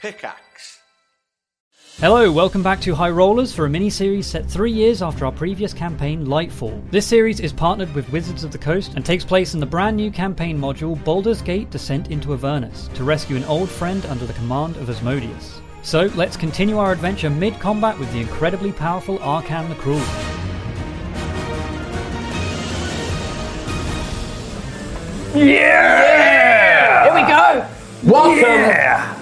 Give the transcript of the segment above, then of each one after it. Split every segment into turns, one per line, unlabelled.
Pickaxe.
Hello, welcome back to High Rollers for a mini series set three years after our previous campaign, Lightfall. This series is partnered with Wizards of the Coast and takes place in the brand new campaign module Baldur's Gate Descent into Avernus to rescue an old friend under the command of Asmodeus. So let's continue our adventure mid combat with the incredibly powerful Arkham the Cruel.
Here we go.
Welcome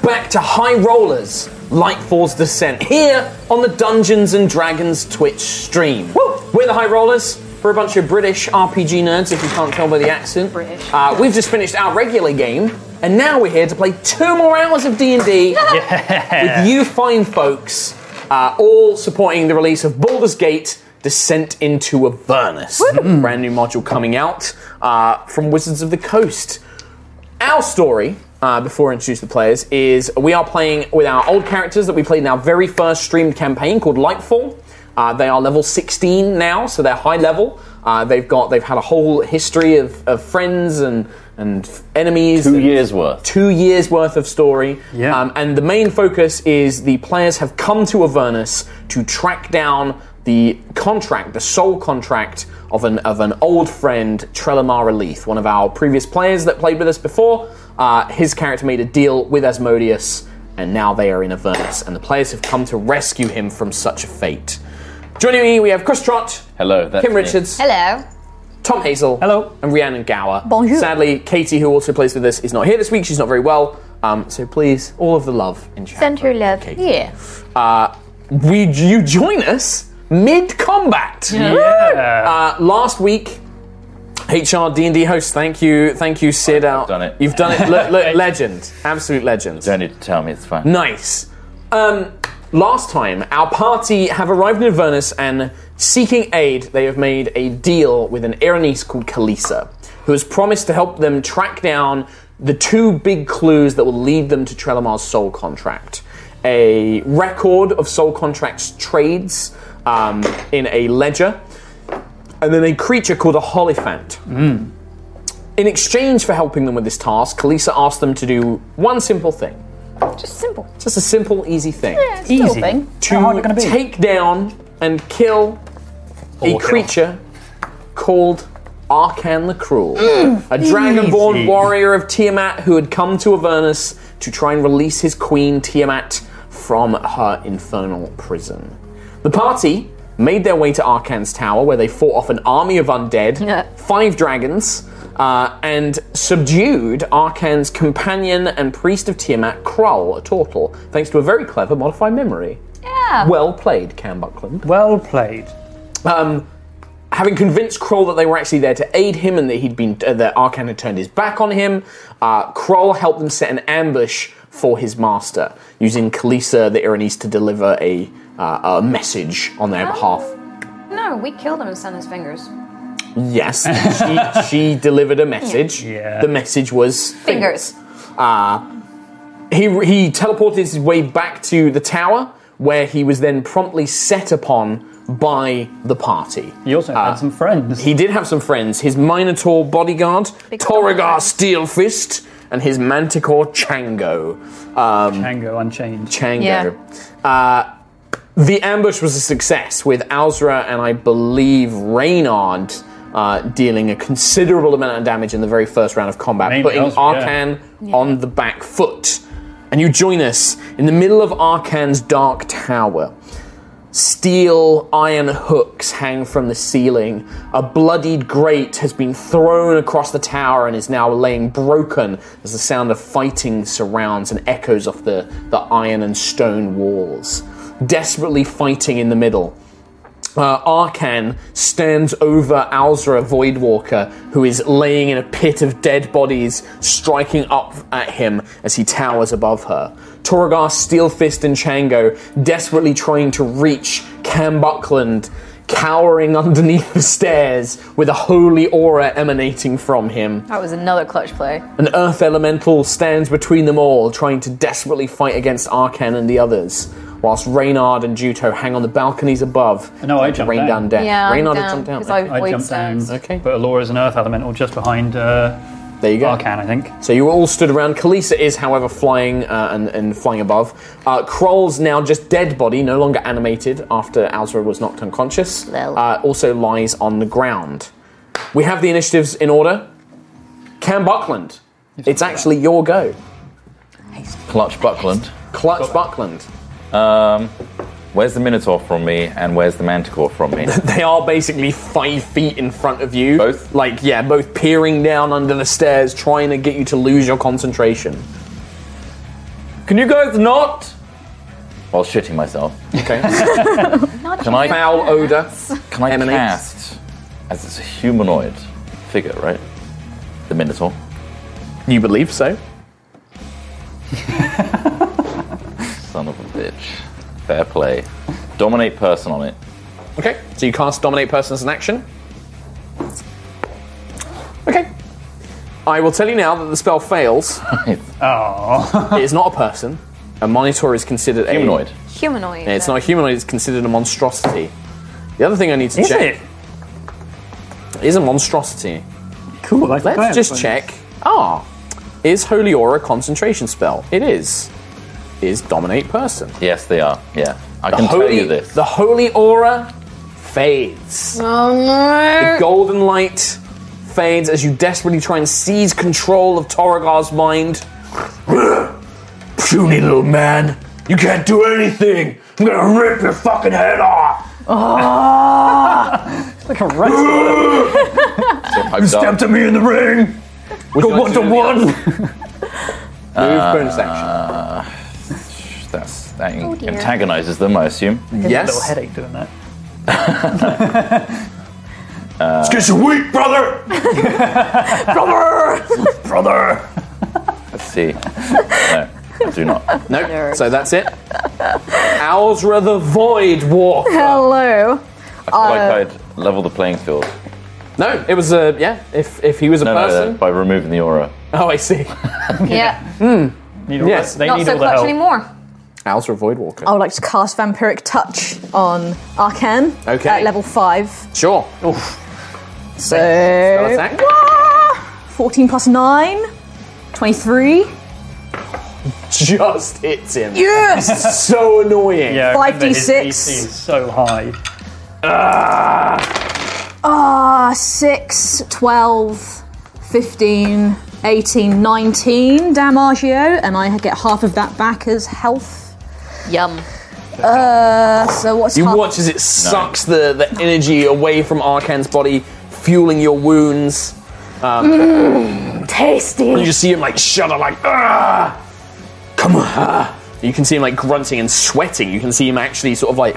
back to High Rollers, Lightfall's Descent, here on the Dungeons and Dragons Twitch stream. Woo! We're the High Rollers. We're a bunch of British RPG nerds, if you can't tell by the accent.
British.
Uh, we've just finished our regular game, and now we're here to play two more hours of D&D with you fine folks, uh, all supporting the release of Baldur's Gate Descent into Avernus. Brand new module coming out uh, from Wizards of the Coast our story uh, before I introduce the players is we are playing with our old characters that we played in our very first streamed campaign called Lightfall. Uh, they are level 16 now, so they're high level. Uh, they've got they've had a whole history of, of friends and and enemies.
Two
and-
years worth.
Two years worth of story.
Yeah.
Um, and the main focus is the players have come to Avernus to track down the contract, the sole contract of an of an old friend, Trelemar Relief, one of our previous players that played with us before. Uh, his character made a deal with Asmodeus, and now they are in Avernus, and the players have come to rescue him from such a fate. Joining me, we have Chris Trott.
Hello, that's
Kim
me.
Richards.
Hello.
Tom Hazel.
Hello.
And Rhiannon Gower.
Bonjour.
Sadly, Katie, who also plays with us, is not here this week. She's not very well. Um, so please, all of the love in chat.
Send her love.
Katie.
Yeah.
Uh, we, you join us mid combat. Uh, last week, HR D and D host, thank you, thank you, Sid.
I've
out.
done it.
You've done it. Look, look, legend, absolute legend.
Don't need to tell me it's fine.
Nice. Um, last time, our party have arrived in Avernus and seeking aid, they have made a deal with an Erenice called Kalisa, who has promised to help them track down the two big clues that will lead them to Trelamar's soul contract. A record of soul contracts trades um, in a ledger, and then a creature called a Holophant. In exchange for helping them with this task, Kalisa asked them to do one simple thing.
Just simple.
Just a simple, easy thing.
Yeah, it's a little
Easy.
thing.
How hard are
To
it gonna be?
take down and kill a creature called Arcan the Cruel, a dragonborn
Mm. Easy.
warrior of Tiamat who had come to Avernus to try and release his queen Tiamat from her infernal prison. The party made their way to Arcan's tower where they fought off an army of undead,
Yeah.
five dragons, uh, and subdued Arcan's companion and priest of Tiamat, Krull, a turtle, thanks to a very clever modified memory.
Yeah.
Well played, Cam Buckland.
Well played.
Um, having convinced Kroll that they were actually there to aid him and that he'd been uh, that Arcan had turned his back on him, uh, Kroll helped them set an ambush for his master, using Kalisa the Iranese to deliver a uh, a message on their behalf.
no, we killed him and sent his fingers.
Yes, she, she delivered a message.
Yeah.
The message was
Fingers.
Uh, he, he teleported his way back to the tower, where he was then promptly set upon by the party.
You also
Uh,
had some friends.
He did have some friends. His Minotaur bodyguard,
Big
Toragar
Toragar.
Steelfist, and his Manticore Chango. Um,
Tango Unchained.
Chango.
Yeah.
Uh, the ambush was a success, with Alzra and I believe Reynard uh, dealing a considerable amount of damage in the very first round of combat,
Mainly
putting
Alzra, yeah.
Arcan on the back foot. And you join us in the middle of Arcan's dark tower. Steel iron hooks hang from the ceiling. A bloodied grate has been thrown across the tower and is now laying broken as the sound of fighting surrounds and echoes off the, the iron and stone walls. Desperately fighting in the middle. Uh, Arcan stands over Alzra Voidwalker, who is laying in a pit of dead bodies, striking up at him as he towers above her. Toragar, Steelfist, and Chango desperately trying to reach Cam Buckland, cowering underneath the stairs with a holy aura emanating from him.
That was another clutch play.
An earth elemental stands between them all, trying to desperately fight against Arcan and the others, whilst Reynard and Juto hang on the balconies above.
No, I jumped
rain
down.
down death.
Yeah.
Reynard
I'm
had jumped down.
Because I
I
weighed
jumped down.
stones.
Okay.
But Alora's an earth elemental just behind uh,
There you go.
Arcan, I think.
So you were all stood around. Kalisa is, however, flying uh, and, and flying above. Uh, Kroll's now just dead body, no longer animated after Azra was knocked unconscious.
Lol.
Uh, also lies on the ground. We have the initiatives in order. Cam Buckland, it's actually your go.
Clutch Buckland.
Clutch Buckland.
Um, where's the Minotaur from me, and where's the Manticore from me?
They are basically five feet in front of you.
Both?
Like, yeah, both peering down under the stairs, trying to get you to lose your concentration.
Can you guys not? While shitting myself,
Okay.
can I
Foul odor.
can I
Emanates.
cast as it's a humanoid figure, right? The Minotaur.
You believe so?
Son of a bitch. Fair play. Dominate person on it.
Okay, so you cast Dominate Persons in action. Okay. I will tell you now that the spell fails.
Oh,
it is not a person. A monitor is considered a-
Humanoid.
Humanoid.
Yeah, it's not a humanoid, it's considered a monstrosity. The other thing I need to
is
check
it?
is a monstrosity.
Cool. Let's
Let's just check. Ah, is Holy Aura a concentration spell? It is. Is Dominate Person.
Yes, they are. Yeah. I
The
can
holy,
tell you this.
The Holy Aura fades.
Oh
golden light fades as you desperately try and seize control of Toragar's mind. Puny little man, you can't do anything. I'm gonna rip your fucking head off.
Like a rat.
I've done.
to me in the ring. Go
you like
one
to
to
do the
one. Move bonus action.
Uh, that's, that
dear.
antagonizes them, I assume.
Little
Yes.
headache doing that.
Because you're weak, brother. brother. brother.
Let's see. no, I do not.
Nope.
Nerd.
So that's it. Alzra the Void Walk.
Hello.
I feel like I'd level the playing field.
No, it was a yeah. If if he was a
No, no, no,
person.
by removing the aura.
Oh, I see.
no. Yeah.
Need all
Yes.
the- they
Not
need
so
all the
clutch
help.
anymore.
Alzra Voidwalker.
I would like to cast Vampiric Touch on Arcan
Okay.
at level 5.
Sure.
So.
attack.
Wah! 14 plus 9. 23.
Just hits him.
Yes!
So annoying.
Yeah, I remember his
5d6.
AC is so high.
Ah, 6, 12, 15, 18, 19 Damagio, and I get half of that back as health.
Yum.
Uh, so what's
You
half-
watch as it sucks the, the energy away from Arcan's body, fueling your wounds. Um,
Mmm, Tasty.
You just see him like shudder, like ah, come on. ah." You can see him like grunting and sweating. You can see him actually sort of like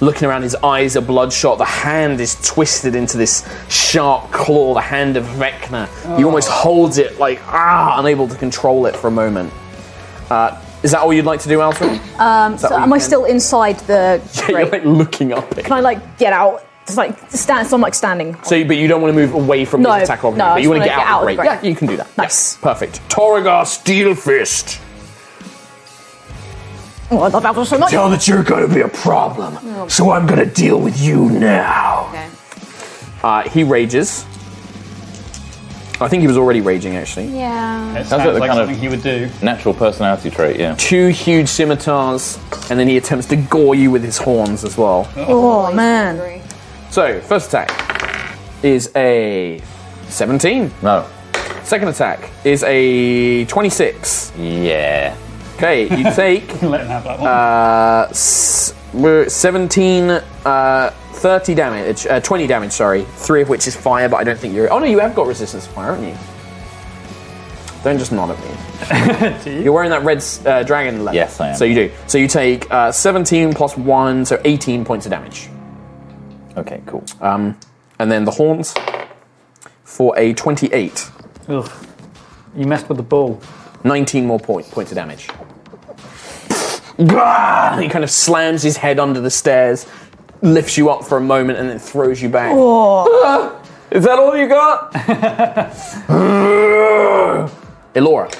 looking around. His eyes are bloodshot. The hand is twisted into this sharp claw. The hand of Vecna.
Oh.
He almost holds it like ah, unable to control it for a moment. Uh, is that all you'd like to do, Alfred?
Um, so
what you
am I
can-
still inside the
You're
grate?
like looking up it.
Can I like get out? Just like stand. So I'm like standing.
So, but you don't want to move away from
No,
the attack of
no, I
but you
just
want to
wanna
get, out,
get out
of
of
the
the
grate.
grate.
Yeah, you can do that. Yeah,
Nice.
perfect. Toragar Steel Fist.
Oh, I love Alpha so much.
Tell that you're going to be a problem, so I'm going to deal with you now.
Okay.
Uh, he rages. I think he was already raging, actually.
Yeah.
It sounds
like the
like
kind of-
something he would do.
Natural personality trait, yeah.
Two huge scimitars, and then he attempts to gore you with his horns as well.
Oh man.
So, first attack is a 17.
No.
Second attack is a 26.
Yeah.
Okay, you take
Let him have that one.
Uh, s- we're at 17, uh, 30 damage, uh, 20 damage, sorry. Three of which is fire, but I don't think you're. Oh no, you have got resistance to fire, haven't you? Don't just nod at me. you're wearing that red s- uh, dragon leather.
Yes, I am.
So you do. So you take uh, 17 plus 1, so 18 points of damage.
Okay, cool.
Um, and then the horns for a 28.
Ugh. You messed with the ball.
19 more point, points of damage. Gah! He kind of slams his head under the stairs, lifts you up for a moment, and then throws you back.
Oh.
Ah! Is that all you got? Elora.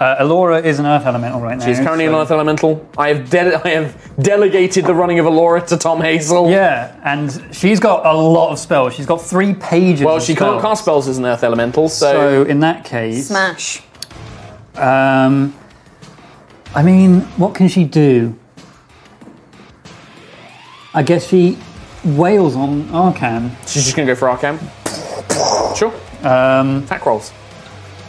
Uh, Elora is an earth elemental right now.
She's currently an
so-
Earth Elemental. I have de- I have delegated the running of Alora to Tom Hazel.
Yeah, and she's got a lot of spells. She's got three pages.
Well,
of
she
spells.
can't cast spells as an Earth Elemental, so,
So in that case,
Smash.
um, I mean, what can she do? I guess she wails on Arcan.
she's just going to go for Arcam. Sure.
Um,
Attack rolls.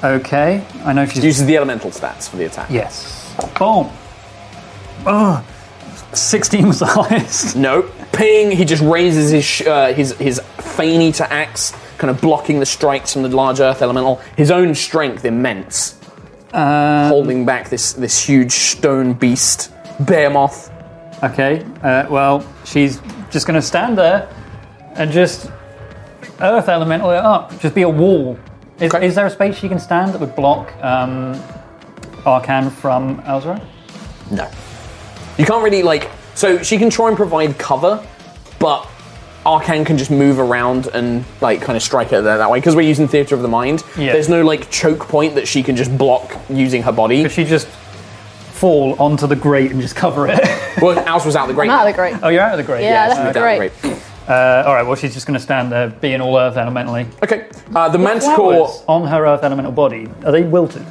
okay, I know she's
Uses the elemental stats for the attack.
yes. Boom. Oh, 16 was the highest.
No. Ping. He just raises his sh- uh, his his feiny to axe, kind of blocking the strikes from the large Earth Elemental. His own strength immense,
Uh,
holding back this this huge stone beast, Behemoth.
okay, uh, well, she's just going to stand there and just earth elemental it up. Just be a wall. Is,
Okay.
is there a space she can stand that would block um, Arcan from Elzra?
No. You can't really like. So she can try and provide cover, but Arcane can just move around and like kind of strike at her that way because we're using Theater of the Mind.
Yeah.
There's no like choke point that she can just block using her body.
Could she just fall onto the grate and just cover it?
well, ours was out the great.
Not the great.
oh, you're out of the grate.
Yeah, that's
Out the
great.
grate.
Uh, all right. Well, she's just going to stand there, being all earth elementally.
Okay. Uh, the Manticore.
Flowers on her earth elemental body are they wilted?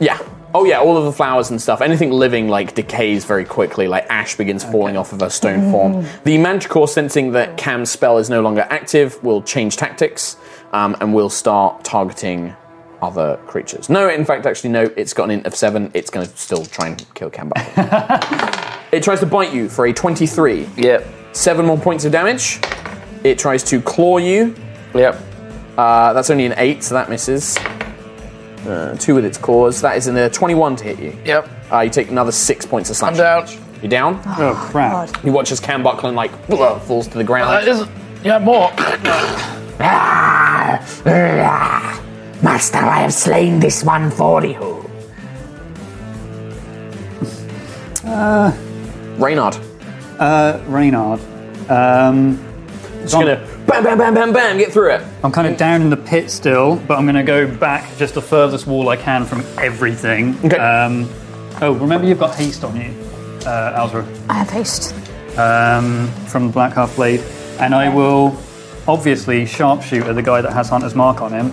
Yeah. Oh yeah, all of the flowers and stuff. Anything living like decays very quickly, like ash begins falling off of her stone form. The manticore, sensing that Cam's spell is no longer active, will change tactics um, and will start targeting other creatures. No, in fact, actually, no. It's got an int of seven. It's going to still try and kill Cam. Barker. it tries to bite you for a twenty-three.
Yep.
Seven more points of damage. It tries to claw you.
Yep.
Uh, that's only an eight, so that misses. Uh, two with its claws. That is in a twenty-one to hit you.
Yep.
Uh, you take another six points of slashing.
down. Ah.
damage. You're down.
Oh crap!
You watch as Cam Buckland like falls to the ground.
is. Yeah, more.
Master, I have slain this one for you. Uh, Reynard.
Uh, Reynard. Um,
Just gonna bam, bam, bam, bam, bam, get through it.
I'm kind of down in the pit still, but I'm going to go back just the furthest wall I can from everything.
Okay.
Um, oh, remember you've got haste on you, uh, Alzra.
I have haste.
um, from the Black Half Blade, and I will obviously sharpshoot at the guy that has Hunter's Mark on him,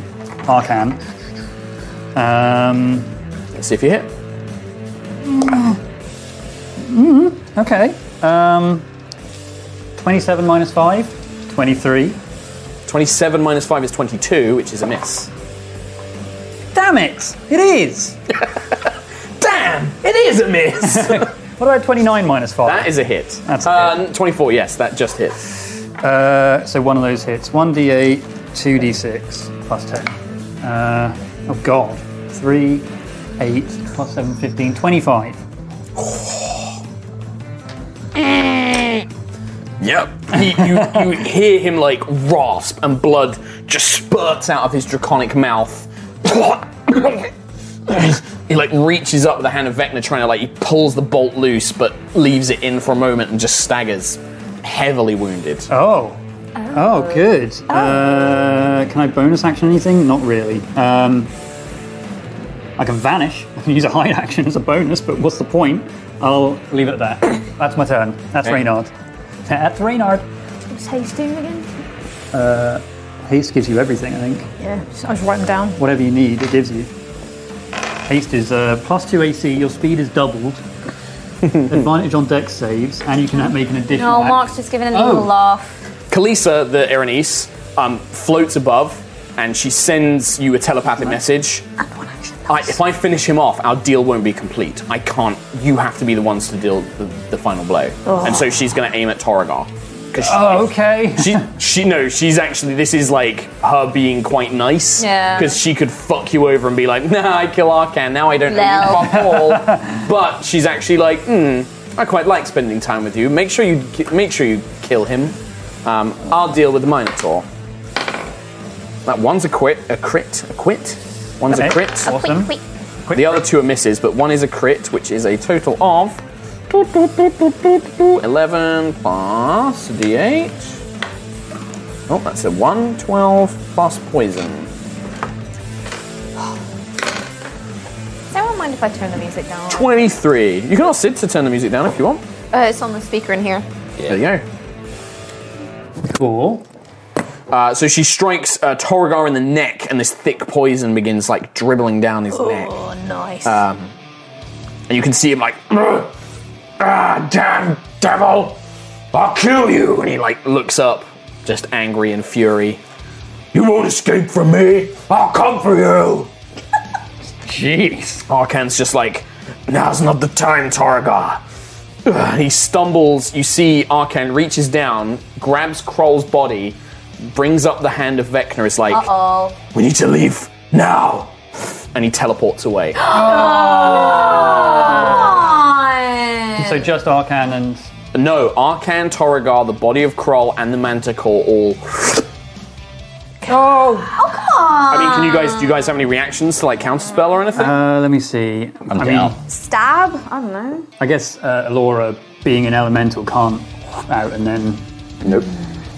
Arcan. Um,
Let's see if you hit.
okay. Um, 27 minus 5, 23.
Twenty-seven minus five is twenty-two, which is a miss.
Damn it! It is!
Damn, it is a miss.
What about 29 minus 5?
that is a hit.
That's a
um, twenty-four. Yes, that just hits.
Uh, so one of those hits 1d8, 2d6, plus 10. Uh, oh god. 3, 8, plus 7, 15, 25.
Yep. He, you, you hear him like rasp, and blood just spurts out of his draconic mouth. he like reaches up with the hand of Vecna, trying to like he pulls the bolt loose, but leaves it in for a moment and just staggers, heavily wounded.
Oh. Oh, good. Uh, can I bonus action anything? Not really. Um, I can vanish. I can use a hide action as a bonus, but what's the point? I'll leave it there. That's my turn. That's
Okay.
Reynard. That's Reynard.
What's haste doing again?
Haste gives you everything, I think.
Yeah, I was writing down.
Whatever you need, it gives you. Haste is uh, plus two AC. Your speed is doubled. Advantage on dex saves, and you can make an additional.
No,
act-
Mark's just giving a little
Oh.
laugh.
Kalisa, the Erenice, um, floats above, and she sends you a telepathic message.
And one action.
I, if I finish him off, our deal won't be complete. I can't. You have to be the ones to deal the, the final blow.
Oh.
And so she's going to aim at Torrigar. 'Cause she-
Oh, okay.
She, she no, she's actually. This is like her being quite nice.
Yeah.
Because she could fuck you over and be like, Nah, I kill Arcan. Now I don't know
Lol.
you fuck all. but she's actually like, Hmm, I quite like spending time with you. Make sure you ki- make sure you kill him. Um, I'll deal with the Minotaur. That one's a quit, a crit, a quit. One's a
Okay.
crit.
Awesome.
Quick, quick.
The other two are misses, but one is a crit, which is a total of 11 plus d8. Oh, that's a 1, 12 plus poison.
Is there on my mind if I turn the music down?
23. You can ask Sid to turn the music down if you want.
Uh, it's on the speaker in here.
There you go.
Cool.
Uh, so she strikes uh, Torgar in the neck, and this thick poison begins like dribbling down his neck.
Oh, nice.
Uh, And you can see him like, "Ugh! ah, damn devil, I'll kill you. And he like looks up, just angry and fury. You won't escape from me. I'll come for you. Jeez. Arkan's just like, now's not the time, Torgar. Ugh, He stumbles. You see Arkan reaches down, grabs Kroll's body, brings up the hand of Vecna. Is like,
oh,
we need to leave now. And he teleports away.
So just Arcan and
No, Arcan, Torrigar, the body of Kroll, and the Manticore all. Oh!
come on.
I mean, can you guys? Do you guys have any reactions to like counterspell or anything?
uh, let me see. i mean,
down.
Stab? I don't know.
I guess uh, Laura, being an elemental, can't out and then
nope.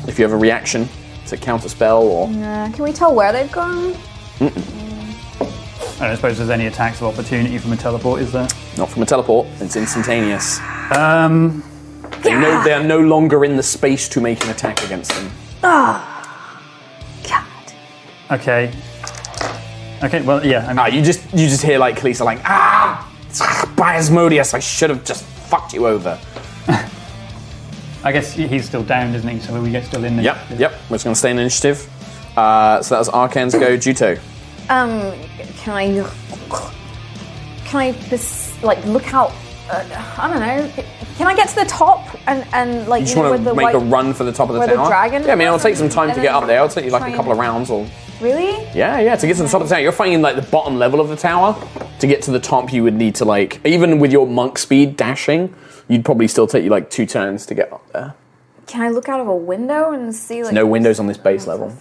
If you have a reaction to counterspell or
Uh, can we tell where they've gone?
I don't suppose there's any attacks of opportunity from a teleport, is there?
not from a teleport, it's instantaneous.
Um,
They know they are no longer in the space to make an attack against them.
God.
okay. Okay, well, yeah. I
Ah,
mean,
you just you just hear like Kalisa like ah, Biasmodius, I should have just fucked you over.
I guess he- he's still downed, isn't he? So we get still in there.
Yep, yep. We're just gonna stay in initiative. Uh, so that was Arcan's go, Juto.
Um, can I. Can I just, like, look out? Uh, I don't know. Can I get to the top and, and like,
You just
know,
want
with
to
the
make
white...
a run for the top of the
where the
tower.
dragon
yeah, I mean, it'll
was
take some time
and
to get
then
up there. It'll take you like
try
a couple of
and-
rounds or.
Really?
Yeah, yeah. To get to the top of the tower, you're finding like the bottom level of the tower. To get to the top, you would need to like even with your monk speed dashing, you'd probably still take you like two turns to get up there.
Can I look out of a window and see, like.
No windows on this base level.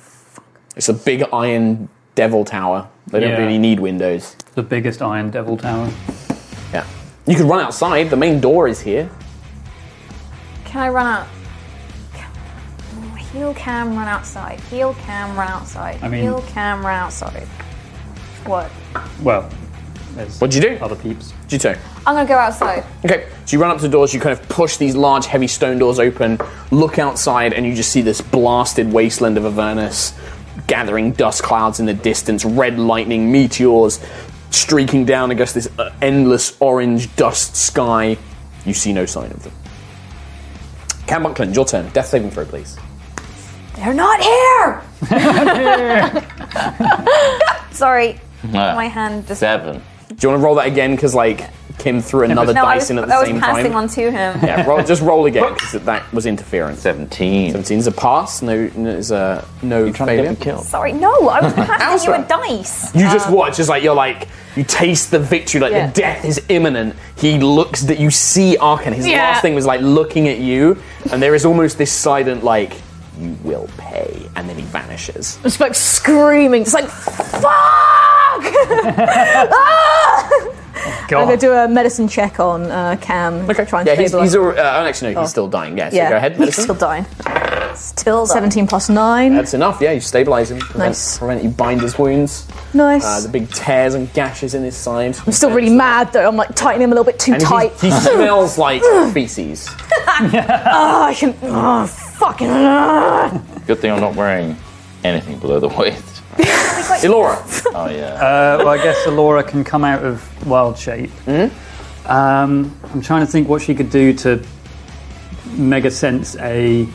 It's a big iron devil tower. They don't
Yeah.
really need windows.
The biggest Iron Devil Tower.
Yeah. You could run outside. The main door is here.
Can I run out? Heel cam, run outside. Heel cam, run outside.
I mean-
Heel cam, run outside. What?
Well, there's
What'd you do?
other peeps.
Juto.
I'm gonna go outside.
Okay, so you run up to the doors, you kind of push these large, heavy stone doors open, look outside, and you just see this blasted wasteland of Avernus, gathering dust clouds in the distance, red lightning, meteors streaking down against this uh, endless orange dust sky. You see no sign of them. Cam Buckland, your turn. Death saving throw, please.
They're not here! Sorry,
Ah,
my hand just.
Seven.
Do you want to roll that again? Because, like, Kim threw another
No, I
dice
was,
in at the
I was
same
passing
time.
one to him.
Yeah, roll, just roll again, because that was interference.
Seventeen.
17 is a pass, no, no, is a no
Trying
failure.
to get me killed.
Sorry, no, I was passing you a
Elsa.
dice.
You
Um,
just watch as like you're like you taste the victory, like
Yeah.
the death is imminent. He looks that you see Arkan. His
Yeah.
last thing was like looking at you, and there is almost this silent like you will pay, and then he vanishes.
Just like screaming, just like, fuck!
I'm going to do a medicine check on uh, Cam. Try and
yeah, he's,
stabilise-
he's al- uh, actually no, he's still dying. Yeah, so
Oh. yeah.
go ahead.
He's
medicine. Uh,
still dying.
Still though.
17 plus 9.
That's enough. Yeah, you stabilize him. Prevent,
Nice.
Prevent you bind his wounds.
nice.
Uh, the big tears and gashes in his side.
I'm still really mad though. I'm like tightening him a little bit too
And he,
tight.
he smells like feces.
oh, I can. Oh, fucking.
Good thing I'm not wearing anything below the waist.
Elora,
Oh yeah.
Uh, well, I guess Alora can come out of wild shape.
Hmm?
Um, I'm trying to think what she could do to mega sense a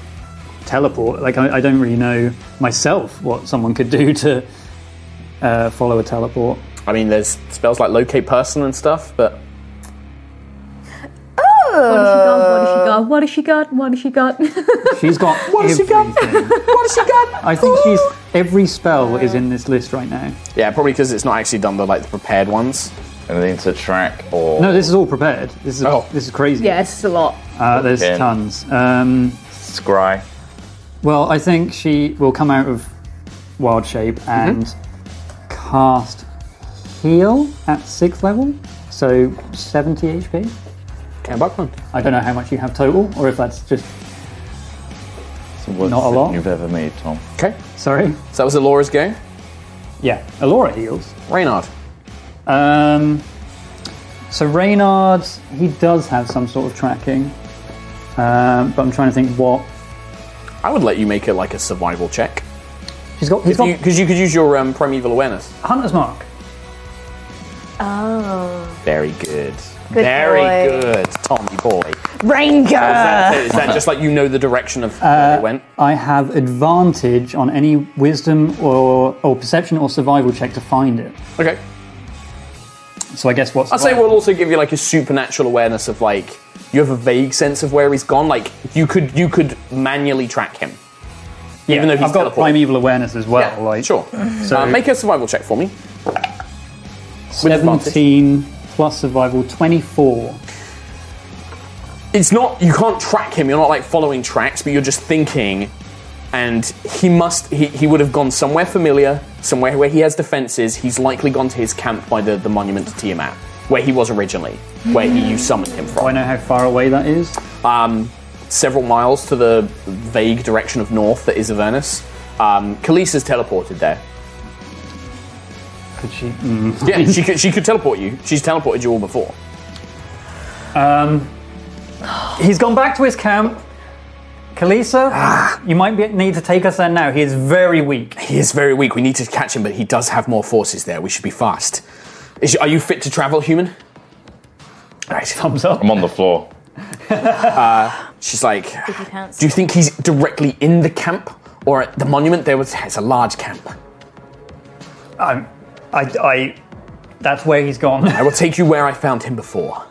teleport. Like, I, I don't really know myself what someone could do to uh, follow a teleport.
I mean, there's spells like locate person and stuff, but
What has she
Uh,
got? What has she got? What has she got?
She's got what
has she got?
what has
she got?
I think she's every spell is in this list right now.
Yeah, probably because it's not actually done the like the prepared ones.
Anything to track or
No, this is all prepared. This is
Oh.
this is crazy.
Yeah, it's a lot.
uh, there's
Okay.
tons. Um,
scry.
Well, I think she will come out of wild shape
Mm-hmm.
and cast heal at sixth level, so 70 HP.
Cam Buckland.
I don't know how much you have total, or if that's just
It's the worst
Not a
decision
lot.
you've ever made, Tom.
Okay,
sorry.
so that was Alora's go.
Yeah, Alora heals.
Reynard.
Um, So Reynard, he does have some sort of tracking, um, but I'm trying to think what
I would let you make it like a survival check.
he's got. He's got
Because you, could use your um, primeval awareness.
hunter's mark.
Oh.
Very good.
Good
Very
boy.
good, Tommy boy. Is
Ranger!
Ah.
that, is that just like you know the direction of
Uh,
where it went?
I have advantage on any wisdom or or perception or survival check to find it.
Okay.
So I guess what's
I'd say we'll also give you like a supernatural awareness of like you have a vague sense of where he's gone. Like you could you could manually track him.
yeah,
even though he's
I've got
teleported.
primeval awareness as well.
Yeah,
like
sure.
So
Uh, make a survival check for me. advantage.
seventeen plus survival twenty four.
it's not you can't track him you're not like following tracks but you're just thinking and he must he, he would have gone somewhere familiar somewhere where he has defenses he's likely gone to his camp by the, the monument to tiamat where he was originally where he, you summoned him
I
from
know how far away that is.
um, several miles to the vague direction of north that is avernus um, Khalees has teleported there
Could she? Mm.
yeah she could, she could teleport you she's teleported you all before
Um, he's gone back to his camp. Kalisa, you might be, need to take us there now. He is very weak.
he is very weak we need to catch him but he does have more forces there we should be fast is, are you fit to travel human right
Thumbs up.
I'm on the floor.
She's like,
He pants.
Do you think he's directly in the camp or at the monument? There was it's a large camp.
I'm, I, I, that's where he's gone.
I will take you where I found him before.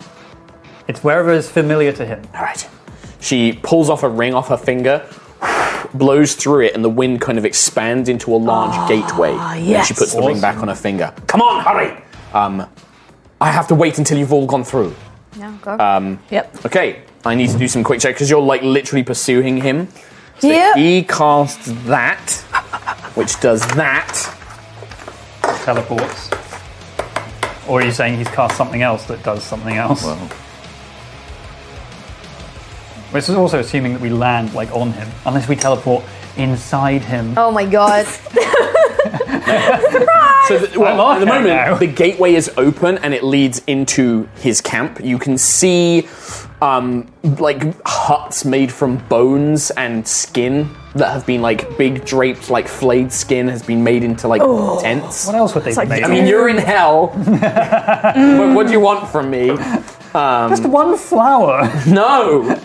It's wherever is familiar to him.
All right. She pulls off a ring off her finger, blows through it, and the wind kind of expands into a large gateway. And
yes.
she puts the ring back on her finger. Come on, hurry! Um, I have to wait until you've all gone through.
No, go.
Yep.
Okay, I need to do some quick check because you're like literally pursuing him. So
Yep.
He casts that, which does that.
Teleports. Or are you saying he's cast something else that does something else?
Well,
This is also assuming that we land like on him, unless we teleport inside him.
oh my god.
So the, well,
on
at the
it
moment,
now.
the gateway is open and it leads into his camp. You can see, um, like huts made from bones and skin that have been like big draped, like flayed skin has been made into like tents.
What else would they
like-
make?
I mean, you're in hell. what, what do you want from me? Um,
just one flower.
No.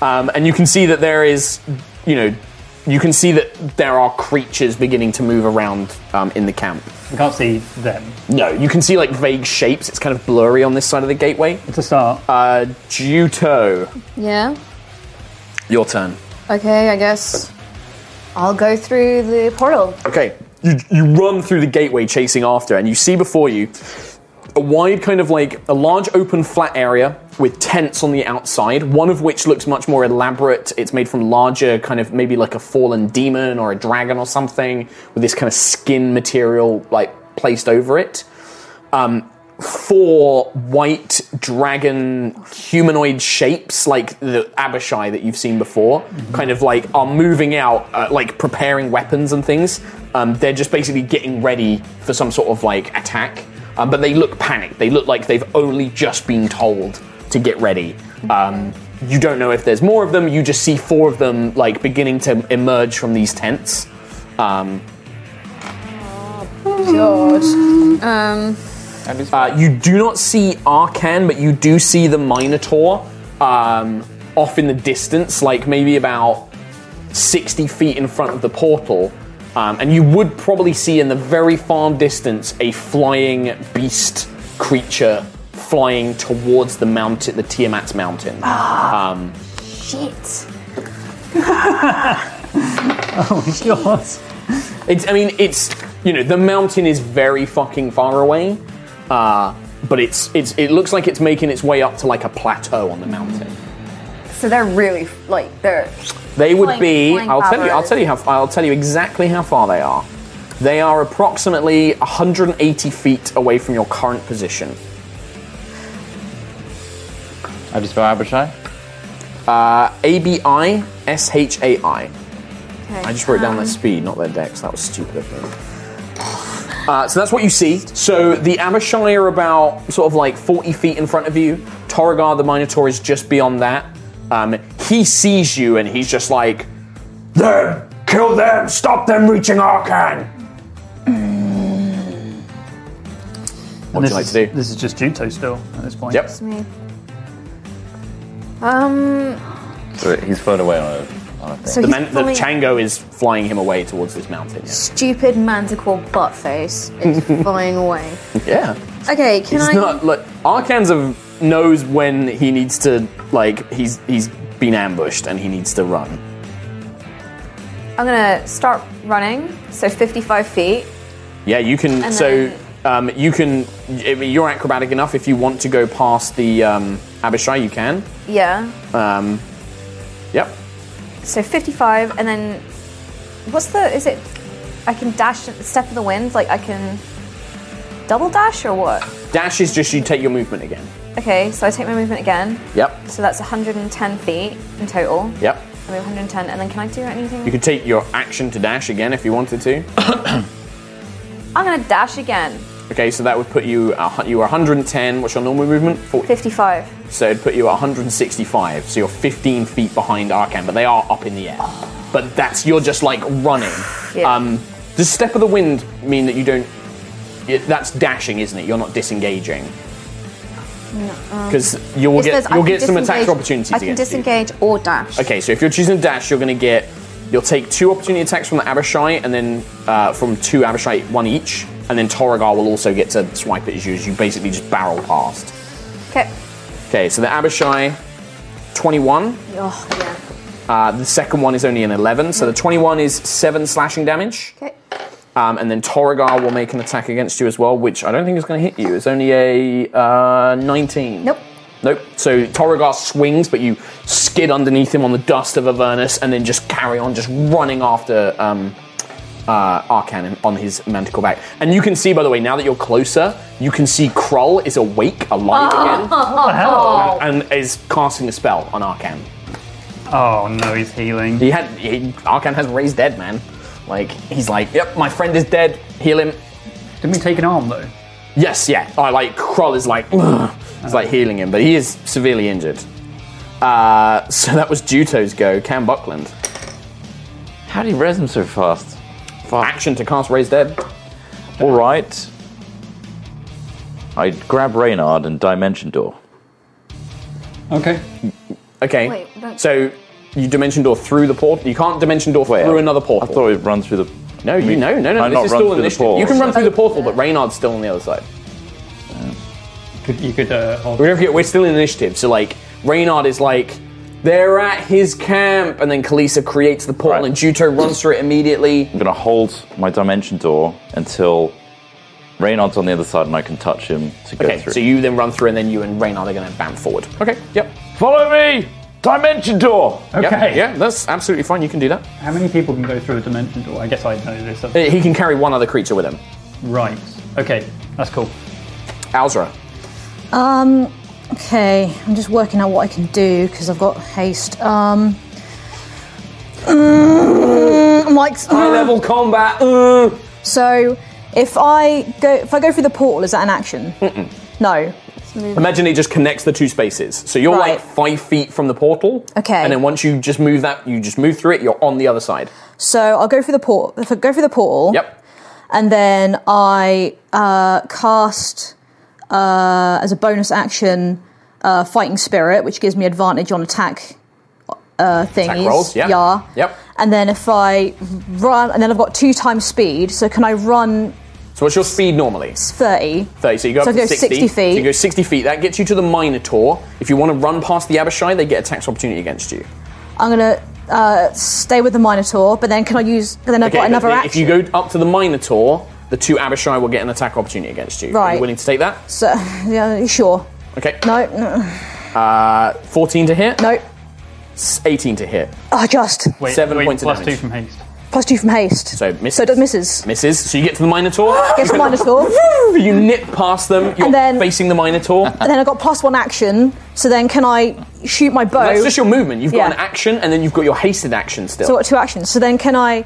Um, and you can see that there is, you know, you can see that there are creatures beginning to move around um, in the camp.
we can't see them.
No, you can see like vague shapes. It's kind of blurry on this side of the gateway.
It's a start.
Uh, Juto,
yeah.
your turn.
Okay, I guess I'll go through the portal.
Okay, you you run through the gateway chasing after, and you see before you a wide kind of like a large open flat area with tents on the outside. One of which looks much more elaborate. It's made from larger kind of maybe like a fallen demon or a dragon or something with this kind of skin material like placed over it. um, four white dragon humanoid shapes, like the Abishai that you've seen before, kind of like are moving out, uh, like preparing weapons and things. Um, they're just basically getting ready for some sort of like attack, um, but they look panicked. They look like they've only just been told to get ready. Um, you don't know if there's more of them. You just see four of them like beginning to emerge from these tents. Um,
Um,
Uh, you do not see Arcan, but you do see the Minotaur um, off in the distance, like maybe about 60 feet in front of the portal. Um, and you would probably see in the very far distance a flying beast creature flying towards the mountain, the Tiamat's mountain. Um,
Shit.
God.
It's, I mean, it's you know the mountain is very fucking far away, uh, but it's it's it looks like it's making its way up to like a plateau on the mountain.
So they're really like they're
They would
Flying-
be.
flying
I'll tell you. I'll
barrows.
tell you how. I'll tell you exactly how far they are. They are approximately 180 feet away from your current position.
how do you spell Abishai?
A B I S H A I.
okay. um,
I just wrote down their speed, not their dex. That was stupid of me. Uh, so that's what you see. So the Abishai are about sort of like 40 feet in front of you. Torrigar the Minotaur is just beyond that. Um, he sees you and he's just like, Them! Kill them! Stop them reaching Arcan! what would
this
you like
is,
to do?
This is just Juto still at this point.
Yep.
me. Um,
So he's flown away on a, on a thing.
so
The,
he's
man, the
fully-
Tango is flying him away towards this mountain.
stupid manticore butt face is flying away.
Yeah.
Okay, can
He's
I?
not look. Arkansas knows when he needs to like he's he's been ambushed and he needs to run.
I'm gonna start running. So 55 feet.
Yeah, you can.
And
so
then-
um, you can. I mean, You're acrobatic enough. If you want to go past the um, Abishai, you can.
Yeah.
Um, yep.
So 55, and then what's the? Is it? I can dash at the step of the wind. Like I can double dash or what?
Dash is just you take your movement again.
Okay, so I take my movement again.
Yep.
So that's 110 feet in total.
Yep.
I move 110, and then can I do anything?
You could take your action to dash again if you wanted to.
I'm gonna dash again.
Okay, so that would put you a hu- you were 110. What's your normal movement? 40.
55.
So it'd put you at 165. So you're 15 feet behind Arcan, but they are up in the air. But that's you're just like running.
Yeah.
Um, does step of the wind mean that you don't? It, that's dashing, isn't it? You're not disengaging. Because you will
It says
get
um, I
you'll
can
get some attack
disengage-
opportunities
I can
against you.
disengage or dash.
Okay, so if you're choosing to dash, you're going to get you'll take two opportunity attacks from the Abishai, and then uh, from two Abishai, one each, and then Torrigar will also get to swipe at you as you basically just barrel past.
Okay.
Okay, so the Abishai, 21.
Oh, yeah.
Uh, the second one is only an 11, so the 21 is 7 slashing damage.
Okay.
Um, and then Torrigar will make an attack against you as well, which I don't think is going to hit you. It's only a uh, 19.
Nope.
Nope. So Torrigar swings, but you skid underneath him on the dust of Avernus and then just carry on, just running after um, uh, Arcan on his manticle back. And you can see, by the way, now that you're closer, you can see Krull is awake, alive again,
Hello.
and is casting a spell on Arcan.
Oh no, he's healing.
He had he, Arcan has raised dead, man. Like he's like, yep, my friend is dead. Heal him.
Didn't we take an arm though?
Yes, yeah. I like Kroll is like, "Ugh." it's like healing him, but he is severely injured. Uh, so that was Juto's go. Cam Buckland,
How do you res him so fast?
action to cast raise dead.
All right. I grab Reynard and Dimension Door.
Okay.
Okay.
Wait, but-
so you dimension door through the portal. You can't dimension door
Wait,
through
I-
another
I
portal.
thought we'd run through the.
no, you no no no.
I'm
this
not
is still
run through the
initiative.
portal.
You can run through the portal, but Reynard's still on the other side.
Could, you could uh, hold.
We don't forget, we're still in initiative, so like Reynard is like, they're at his camp, and then Kalisa creates the portal,
Right.
and Juto runs through it immediately.
I'm gonna hold my Dimension Door until Reynard's on the other side and I can touch him to go
Okay,
through.
so you then run through, and then you and Reynard are going to bam forward. Okay, yep.
follow me, Dimension Door.
Yep.
Okay.
Yeah, that's absolutely fine. You can do that.
How many people can go through a dimension door? I guess I know this.
Uh, He can carry one other creature with him.
Right. Okay. That's cool.
Alzra.
Um, okay, I'm just working out what I can do because I've got haste. Um, mm, Mike's
High level combat. uh.
So if I go if I go through the portal, is that an action? No.
Imagine it just connects the two spaces. So you're like
Right.
five feet from the portal.
Okay.
And then once you just move that, you just move through it, you're on the other side.
So I'll go through the portal. If I go through the portal,
Yep.
and then I uh, cast uh, as a bonus action uh, Fighting Spirit, which gives me advantage on attack uh, thingies.
Attack rolls. Yep.
Yeah.
Yep.
And then if I run, and then I've got two times speed, so can I run
So what's your speed normally?
30?
30, so you go
So
up to
I go
60.
60 feet.
So you go 60 feet. That gets you to the Minotaur. If you want to run past the Abishai, they get a tax opportunity against you.
I'm gonna uh, stay with the Minotaur, but then can I use? Then I've got
but
another
the-
action.
if you go up to the Minotaur, the two Abishai will get an attack opportunity against you. Are you
Right.
willing to take that?
so, yeah, sure.
Okay.
No, no,
Uh, 14 to hit.
no.
It's 18 to hit.
I just
Wait,
Seven
wait,
points of
plus
damage.
two from haste.
plus two from haste.
So misses.
So it does misses.
Misses. So you get to the Minotaur.
Gets the Minotaur.
you nip past them. You're
And then-
facing the Minotaur.
and then I got plus one action. So then can I shoot my bow?
That's just your movement. You've got
Yeah.
an action, and then you've got your hasted action still.
so I got two actions. So then can I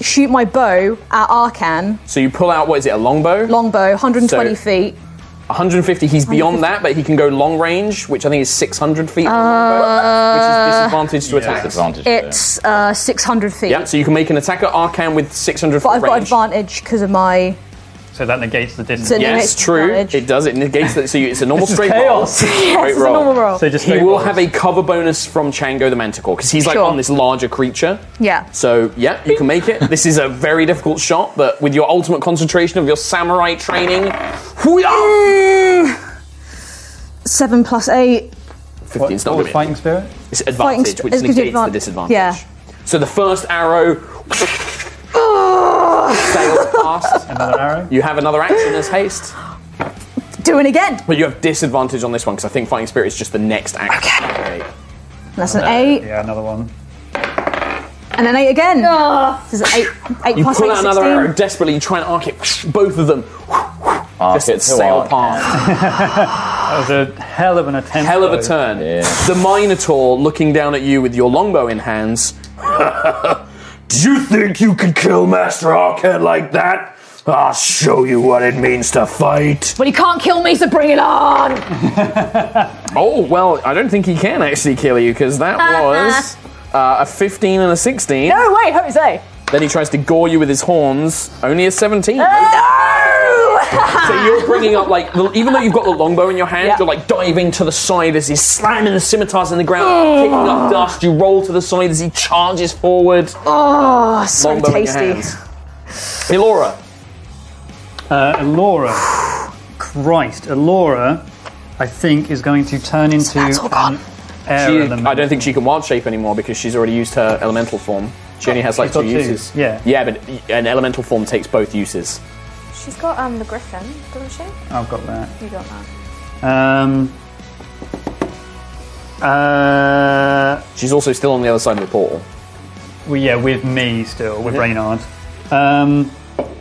shoot my bow at Arcan,
So you pull out, what is it, a longbow?
longbow, 120
So-
feet.
150. He's beyond that, but he can go long range, which I think is 600 feet, on a
Uh,
longbow, which is disadvantage to attacks.
Disadvantage. there.
It's uh, 600 feet.
Yeah, so you can make an attack at Arcan with 600
But
foot
I've got
range.
advantage because of my.
So that negates the distance.
So it
Yes,
negates
true.
advantage.
It does. It negates that. So you, it's a normal
This is
straight
chaos.
roll.
Yes,
Straight
it's a normal roll.
So just
He
straight
will
rolls.
have a cover bonus from Chango the Manticore because he's like
Sure.
on this larger creature.
yeah.
So yeah, you can make it. This is a very difficult shot, but with your ultimate concentration of your samurai training, hoo-yah!
Mm. Seven plus eight.
What,
15 's
what
not
was
gonna be
fighting spirit?
It's
Fighting
advantage,
sp-
which
it's 'cause
negates
you
the
advan-
disadvantage.
Yeah.
So the first arrow
Ah!
sails past.
Another arrow?
You have another action as haste,
Do it again.
but you have disadvantage on this one because I think fighting spirit is just the next action. Okay.
That's an eight.
Yeah, another one.
And an eight again.
Oh,
This is eight, eight
You
plus
pull
eight,
out another
16.
arrow desperately, you try and arc it, both of them.
Arc it
Just
to
sail
arc.
past.
That was a hell of an attempt.
Hell of a
though.
turn.
Yeah.
The Minotaur looking down at you with your longbow in hands. Do you think you could kill Master Arcan like that? I'll show you what it means to fight.
But he can't kill me, so bring it on!
Oh, well, I don't think he can actually kill you because that
Uh-huh.
was uh, a 15 and a 16.
No way, Jose!
Then he tries to gore you with his horns. Only a 17. So you're bringing up like, the, even though you've got the longbow in your hand,
Yeah.
you're like diving to the side as he's slamming the scimitars in the ground, kicking up dust. You roll to the side as he charges forward.
Oh, so
longbow in your
tasty.
hands. Elora,
Uh, Elora. Christ. Elora, I think, is going to turn into
That's all
an
gone.
air
she-
element.
I don't think she can wild shape anymore because she's already used her elemental form. She only has like
She's got
two
two,
uses.
yeah.
Yeah, but an elemental form takes both uses.
She's got um the griffin, doesn't she?
I've got that.
You got that.
Um, uh,
She's also still on the other side of the portal.
well, yeah, with me still, with Reynard. Um,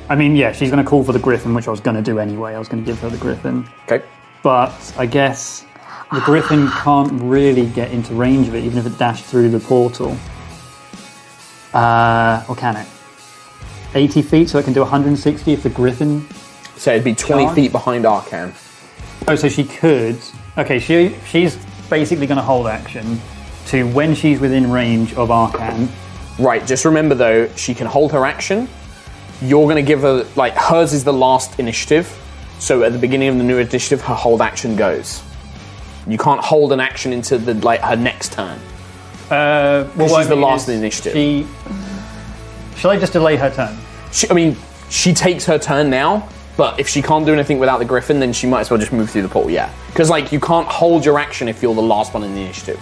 I mean, yeah, she's going to call for the griffin, which I was going to do anyway. I was going to give her the griffin.
Okay.
But I guess the griffin can't really get into range of it, even if it dashed through the portal. Uh, or can it? 80 feet, so it can do 160 if the griffin
So it'd be 20
Charge.
feet behind Arcan.
Oh, so she could. Okay, she she's basically going to hold action to when she's within range of Arcan. Uh,
Right, just remember though, she can hold her action. You're going to give her, like, hers is the last initiative. So at the beginning of the new initiative, her hold action goes. You can't hold an action into the like her next turn.
Uh, well,
she's
what I
the
mean
last
is
initiative.
She. Shall I just delay her turn?
She, I mean, she takes her turn now, but if she can't do anything without the griffin, then she might as well just move through the portal. Yeah, because like you can't hold your action if you're the last one in the initiative.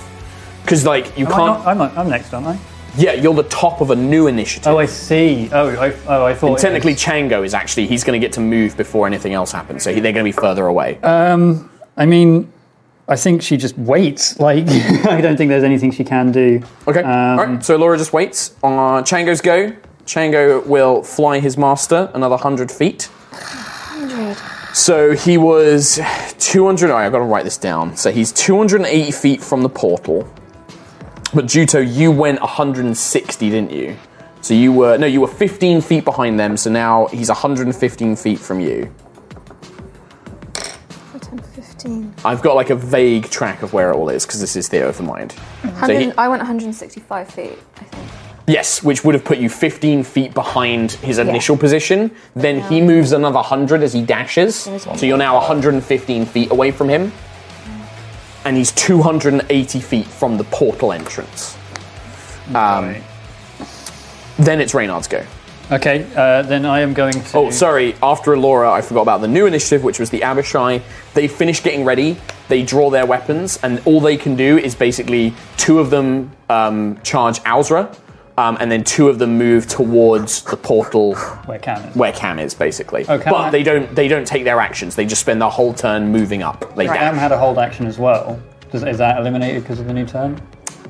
Because like you
Am I
can't.
not- I'm, not- I'm next, aren't I?
yeah, you're the top of a new initiative.
Oh, I see. Oh, I, oh, I thought. it
Technically,
was-
Chango is actually he's going to get to move before anything else happens, so he, they're going to be further away.
Um, I mean, I think she just waits. Like, I don't think there's anything she can do.
Okay.
Um,
All right. So Laura just waits. Uh, Chango's go. Chango will fly his master another 100 feet. 100. So he was 200. I've got to write this down. So he's 280 feet from the portal. But Juto, you went 160, didn't you? So you were. No, you were 15 feet behind them. So now he's 115 feet from you.
10, 15.
I've got like a vague track of where it all is because this is Theater of the Mind. So he-
I went 165 feet, I think.
Yes, which would have put you 15 feet behind his initial position. Then he moves another 100 as he dashes. So you're now 115 feet away from him. And he's 280 feet from the portal entrance. Um,
Right.
then it's Reynard's go.
Okay, uh, then I am going to.
Oh, sorry. After Elora, I forgot about the new initiative, which was the Abishai. They finish getting ready. They draw their weapons, and all they can do is basically two of them um, charge Alzra, um, and then two of them move towards the portal
Where can it?
where Cam is, basically.
Oh, Cam-
but they don't they don't take their actions. They just spend their whole turn moving up. They
Right.
dash.
Am had a hold action as well. Does, is that eliminated because of the new turn?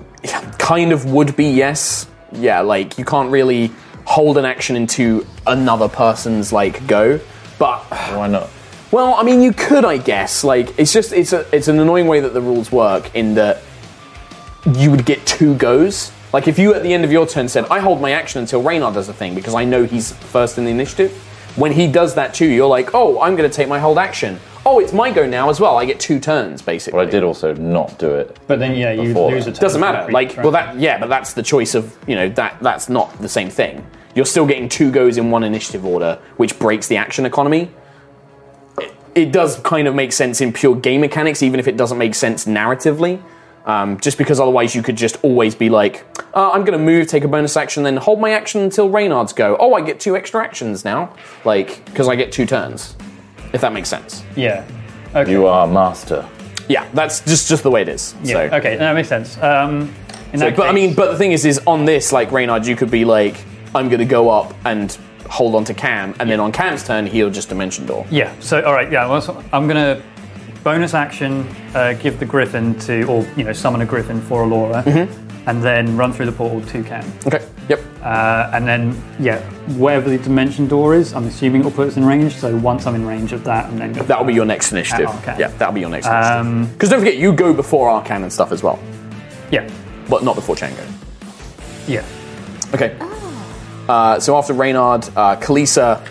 kind of would be yes. Yeah, like you can't really hold an action into another person's like go, but.
Why not?
Well, I mean, you could, I guess. Like, it's just it's a it's an annoying way that the rules work in that you would get two goes. Like if you at the end of your turn said, "I hold my action until Raynar does a thing because I know he's first in the initiative," when he does that to you, you're like, "Oh, I'm going to take my hold action." Oh, it's my go now as well. I get two turns basically.
But I did also not do it.
But then, yeah, you
Before
lose a
that.
turn.
Doesn't
for
matter.
every
Like,
turn.
well, that yeah, but that's the choice of you know that that's not the same thing. You're still getting two goes in one initiative order, which breaks the action economy. It, it does kind of make sense in pure game mechanics, even if it doesn't make sense narratively. Um, just because otherwise you could just always be like, uh, I'm going to move, take a bonus action, then hold my action until Reynard's go. Oh, I get two extra actions now, like because I get two turns. If that makes sense.
Yeah. Okay.
You are master.
Yeah, that's just just the way it is.
yeah.
so.
Okay, that makes sense. Um, in
So,
that
but I
case-
mean, but the thing is, is on this, like Reynard, you could be like, I'm going to go up and hold on to Cam, and then on Cam's turn, he'll just dimension door.
Yeah. So, all right. Yeah. Well, so I'm gonna bonus action uh, give the griffin to, or you know, summon a griffin for Alora,
Mm-hmm.
and then run through the portal to Cam.
Okay. Yep.
Uh, and then, yeah, wherever the dimension door is, I'm assuming it'll put us in range. So once I'm in range of that, and then go.
That'll be your next initiative.
Ah, okay.
Yeah, that'll be your next
Um,
initiative. Because don't forget, you go before Arcan and stuff as well,
yeah,
but not before Chango.
yeah.
Okay. Uh, so after Reynard, uh, Kalisa,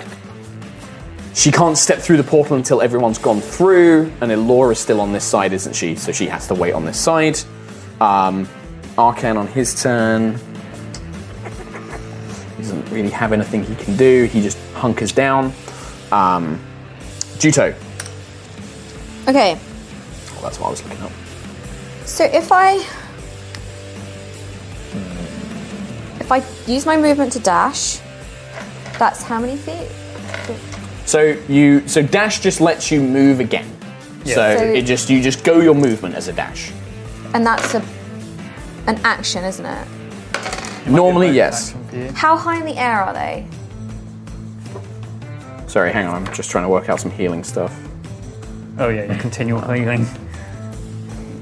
she can't step through the portal until everyone's gone through, and Elora's still on this side, isn't she? So she has to wait on this side. Um, Arcan on his turn he doesn't really have anything he can do. He just hunkers down. Um, Juto.
Okay.
Oh, that's what I was looking up.
So if I if I use my movement to dash, that's how many feet?
So you, so dash just lets you move again. So,
So-
it just you just go your movement as a dash.
And that's a an action, isn't it?
Normally, yes.
How high in the air are they?
Sorry, hang on. I'm just trying to work out some healing stuff.
Oh yeah, yeah, continual healing.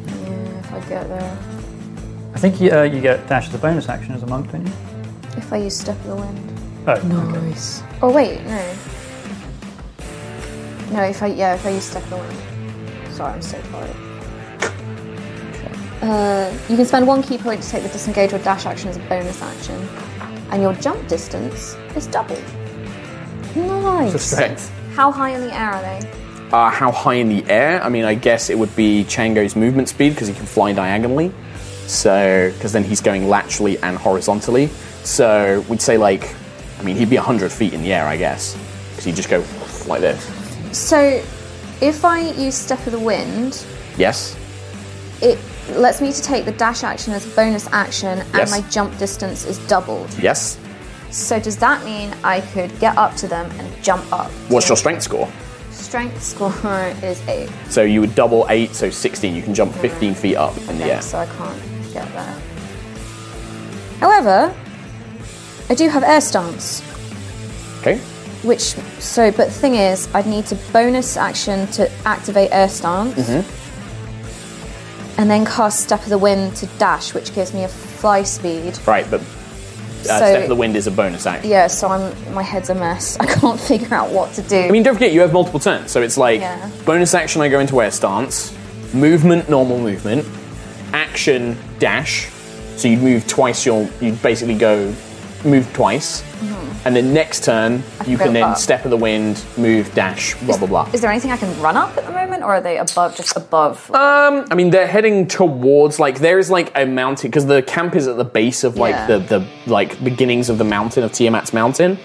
If I get there,
I think you, uh, you get dash as a bonus action as a monk, don't you?
if I use step of the wind.
Oh,
Nice.
Oh wait, no. No, if I yeah, if I use step of the wind. Sorry, I'm so sorry. Uh, you can spend one key point to take the disengage or dash action as a bonus action, and your jump distance is doubled. Nice.
Strength.
How high in the air are they?
Uh, how high in the air? I mean, I guess it would be Chango's movement speed because he can fly diagonally. So, because then he's going laterally and horizontally. So we'd say like, I mean, he'd be hundred feet in the air, I guess, because he'd just go like this.
So, if I use Step of the Wind,
Yes.
it lets me to take the dash action as a bonus action, and
Yes.
my jump distance is doubled.
Yes.
So, does that mean I could get up to them and jump up?
What's your strength score?
Strength score is eight.
So you would double eight, so sixteen. You can jump fifteen feet up in the
Okay,
air.
So I can't get there. However, I do have air stance.
Okay.
Which so, but the thing is, I'd need to bonus action to activate air stance,
Mm-hmm.
and then cast step of the wind to dash, which gives me a fly speed.
Right, but uh, step of the wind is a bonus action.
Yeah, so I'm my head's a mess. I can't figure out what to do.
I mean, don't forget you have multiple turns, so it's like
Yeah.
bonus action. I go into air stance, movement, normal movement, action, dash. So you'd move twice. You'll you'd basically go move twice,
Mm-hmm.
and then next turn you
go
can then
up.
step of the wind, move, dash, blah blah blah.
is there anything I can run up at the moment, or are they above, just above?
Um, I mean, they're heading towards like there is like a mountain because the camp is at the base of like
Yeah.
the the like beginnings of the mountain of Tiamat's mountain.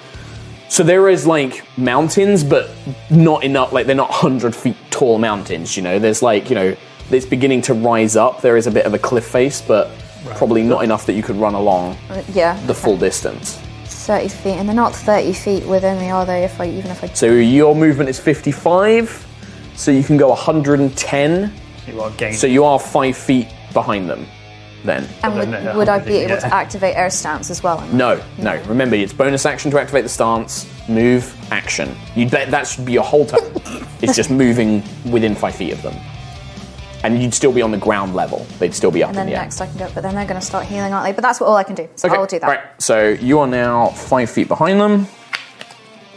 So there is like mountains, but not enough. Like they're not hundred feet tall mountains. You know, there's like you know it's beginning to rise up. There is a bit of a cliff face, but probably not enough that you could run along
yeah,
the full distance.
thirty feet, and they're not thirty feet within me, are they? If I even if I
So your movement is fifty-five, so you can go hundred and ten.
you are gaining.
So you are five feet behind them. Then
and
I
would,
don't know how
would I
to
be
do
able
that.
to activate air stance as well?
No, no. Remember, it's bonus action to activate the stance. Move, action. You bet that should be your whole turn. it's just moving within five feet of them, and you'd still be on the ground level. They'd still be up
And then
in the air.
next I can do it, but then they're going to start healing, aren't they? But that's what all I can do, so
Okay,
I'll do that.
Right. So you are now five feet behind them,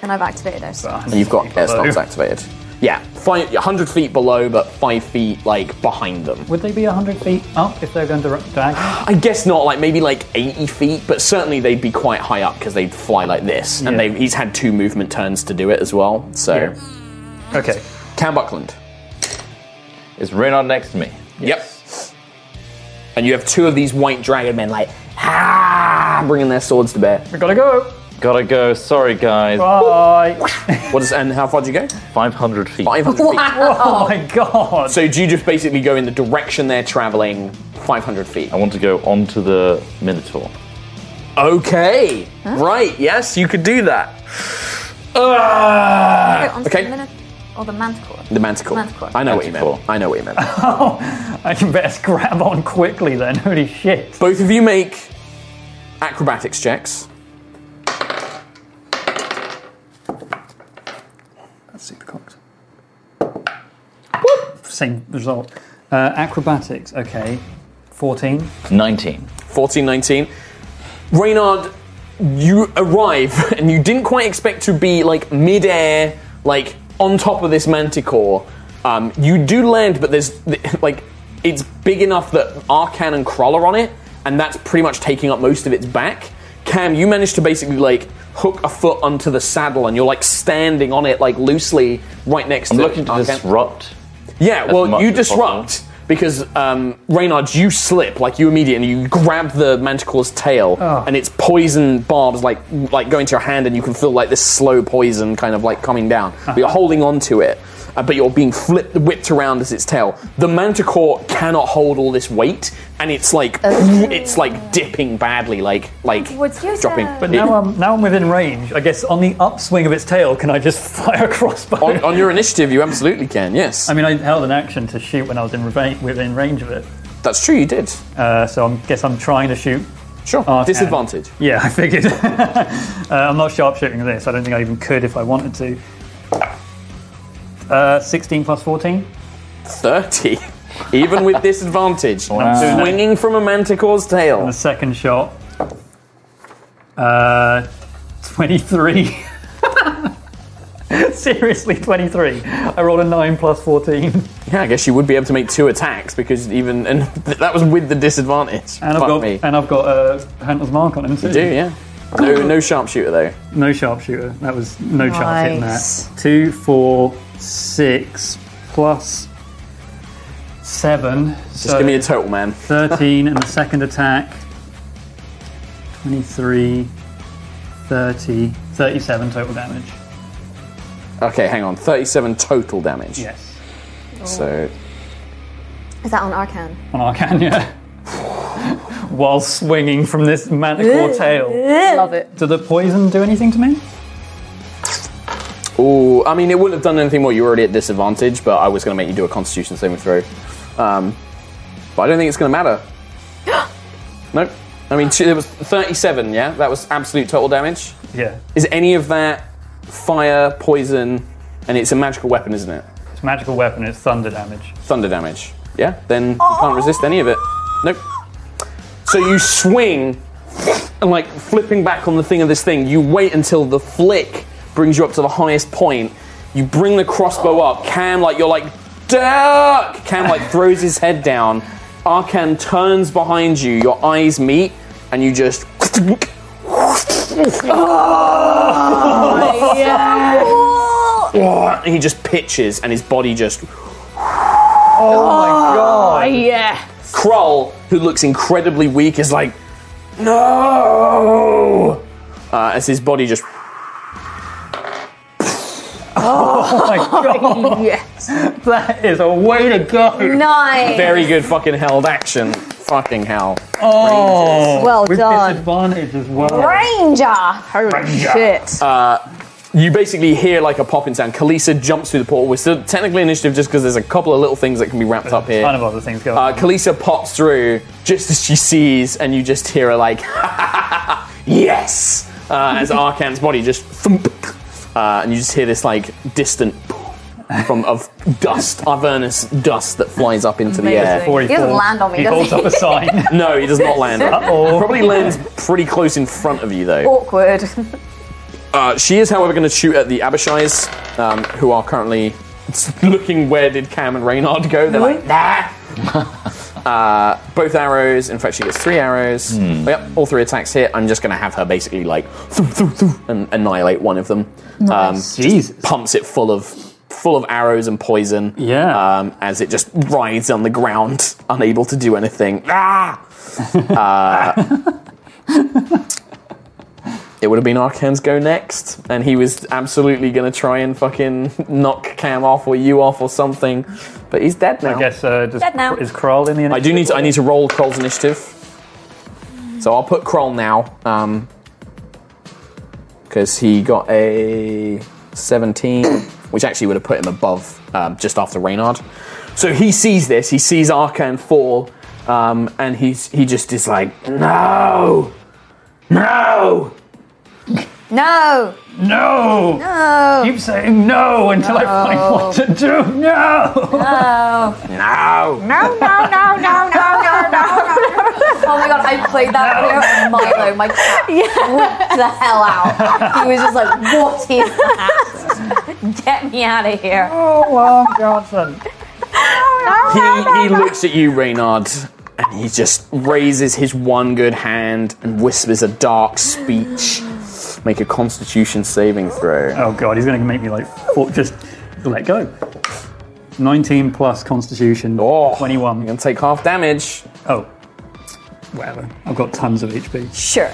And I've activated air stance.
and you've got air stance activated. Yeah, five, 100 feet below, but five feet like behind them.
Would they be 100 feet up if they're going to diagonal?
I guess not, like maybe like 80 feet, but certainly they'd be quite high up because they'd fly like this. And
Yeah.
they he's had two movement turns to do it as well. So,
Okay.
Cam Buckland.
Is Reynard next to me?
Yep. And you have two of these white dragon men like, ah, bringing their swords to bear.
We gotta go.
Gotta go. Sorry, guys.
Ah.
Bye.
What does, and how far do you go?
500 feet.
500 feet.
Oh my god.
So do you just basically go in the direction they're traveling 500 feet?
I want to go onto the Minotaur.
Okay. Right. Yes, you could do that. Ah.
Go onto
okay.
the minute, or the manticore.
The manticle.
Manticore.
I know what you meant.
Manticore.
I know what you meant.
I can better grab on quickly then. Holy shit.
Both of you make acrobatics checks.
That's super cocked. Same result. Uh, acrobatics, okay. 14.
19.
14, 19. Reynard, you arrive and you didn't quite expect to be like midair, like on top of this manticore. Um, you do land, but there's like it's big enough that Arcan and Crawl are on it, and that's pretty much taking up most of its back. Cam, you manage to basically like hook a foot onto the saddle, and you're like standing on it like loosely right next
I'm
to.
looking to
Arcan.
disrupt.
Yeah,
as
well,
much
you
as
disrupt
possible.
because um, Reynard, you slip like you immediately you grab the manticore's tail
Ah.
and its poison barbs like like go into your hand and you can feel like this slow poison kind of like coming down. But you're holding on to it, uh, but you're being flipped whipped around as its tail. The manticore cannot hold all this weight and it's like
Oh.
it's like dipping badly, like like
Would you
dropping.
say-
But
It-
now I'm now I'm within range. I guess on the upswing of its tail, can I just fire a crossbow?
on, on your initiative, you absolutely can. Yes,
I mean, I held an action to shoot when I was in reva- within range of it.
that's true. You did.
Uh, so I guess I'm trying to shoot.
Sure.
Arcan.
Disadvantage.
Yeah, I figured. uh, I'm not sharp shooting this. I don't think I even could if I wanted to. Uh, 16 plus 14.
30. Even with disadvantage.
Wow.
Swinging from a manticore's tail.
The second shot. Uh, 23. Seriously, 23. I rolled a 9 plus 14. And
Yeah, I guess you would be able to make two attacks because even. And th- that was with the disadvantage.
I've
Fuck
got
me.
and I've got uh, Hunter's Mark on him too.
You do, yeah. No, no sharpshooter, though.
No sharpshooter. That was no chance hitting
Nice.
that. Two, four, six plus seven.
Just give me a total, man.
13 and the second attack. 23, 30, 37 total damage.
Okay, hang on. 37 total damage.
Yes.
So.
Is that on Arcan?
On Arcania. While swinging from this manticore tail.
Love it.
Did the poison do anything to me?
Ooh, I mean, it wouldn't have done anything more. You were already at disadvantage, but I was going to make you do a constitution saving throw. Um, but I don't think it's going to matter. nope. I mean, two, it was 37, yeah? That was absolute total damage.
Yeah.
Is any of that fire, poison, and it's a magical weapon, isn't it?
It's a magical weapon, it's thunder damage. Oh.
Thunder damage. Yeah? Then you can't resist any of it. Nope. So you swing and like flipping back on the thing of this thing, you wait until the flick brings you up to the highest point. You bring the crossbow up. Cam, like, you're like, duck! Cam, like, throws his head down. Arcan turns behind you. Your eyes meet, and you just. And he just pitches, and his body just
Oh, Yeah.
Krull, who looks incredibly weak, is like, no! Uh, as his body just.
Yes.
That is a way to
Oh.
go.
Nice.
Very good fucking held action. Fucking hell.
Oh,
Well
with
done.
disadvantage as well.
Ranger.
Holy shit.
You basically hear like a popping sound. Kalisa jumps through the portal. We're still technically initiative just because there's a couple of little things that can be wrapped up here.
Ton of other things going.
Uh,
on.
Kalisa pops through just as she sees, and you just hear her like, yes! Uh, as Arcan's body just thump, uh, and you just hear this like distant from of dust, Avernus dust that flies up into the air.
Amazing.
Before
He doesn't
falls,
land on me,
He
does
holds
he?
up a sign.
No, he does not land.
Uh-oh.
Probably lands pretty close in front of you though.
Awkward.
Uh, she is, however, going to shoot at the Abishais, um, who are currently looking where did Cam and Reynard go. They're like, ah! uh, both arrows. In fact, she gets three arrows. Yep, all three attacks hit. I'm just going to have her basically like thoo, thoo, thoo, and annihilate one of them. Um,
Nice.
just
Jesus.
pumps it full of full of arrows and poison.
Yeah.
Um, as it just writhes on the ground, unable to do anything. Ah! Uh, it would have been Arcan's go next, and he was absolutely going to try and fucking knock Cam off or you off or something, but he's dead now.
I guess uh, does,
Dead now.
is Kroll in the
I do need to, I need to roll Kroll's initiative, so I'll put Kroll now, um, because he got a seventeen, which actually would have put him above um, just after Reynard. So he sees this, he sees Arcan fall, um, and he's he just is like, no, no.
No,
No!
no,
Keep saying no until I find what to do. No!
no,
No!
Oh, no, no, no, no, no, no, no. Oh my god, I played that video and Milo, my cat, freaked the hell out. He was just like, what is that? Get me out of here.
Oh, well, Johnson.
He, he looks at you, Reynard, and he just raises his one good hand and whispers a dark speech. Make a constitution saving throw.
Oh god, he's going to make me like fo- just let go. 19 plus Constitution.
Oh, You're
21.
going to take half damage.
Oh. Whatever. I've got tons of HP.
Sure.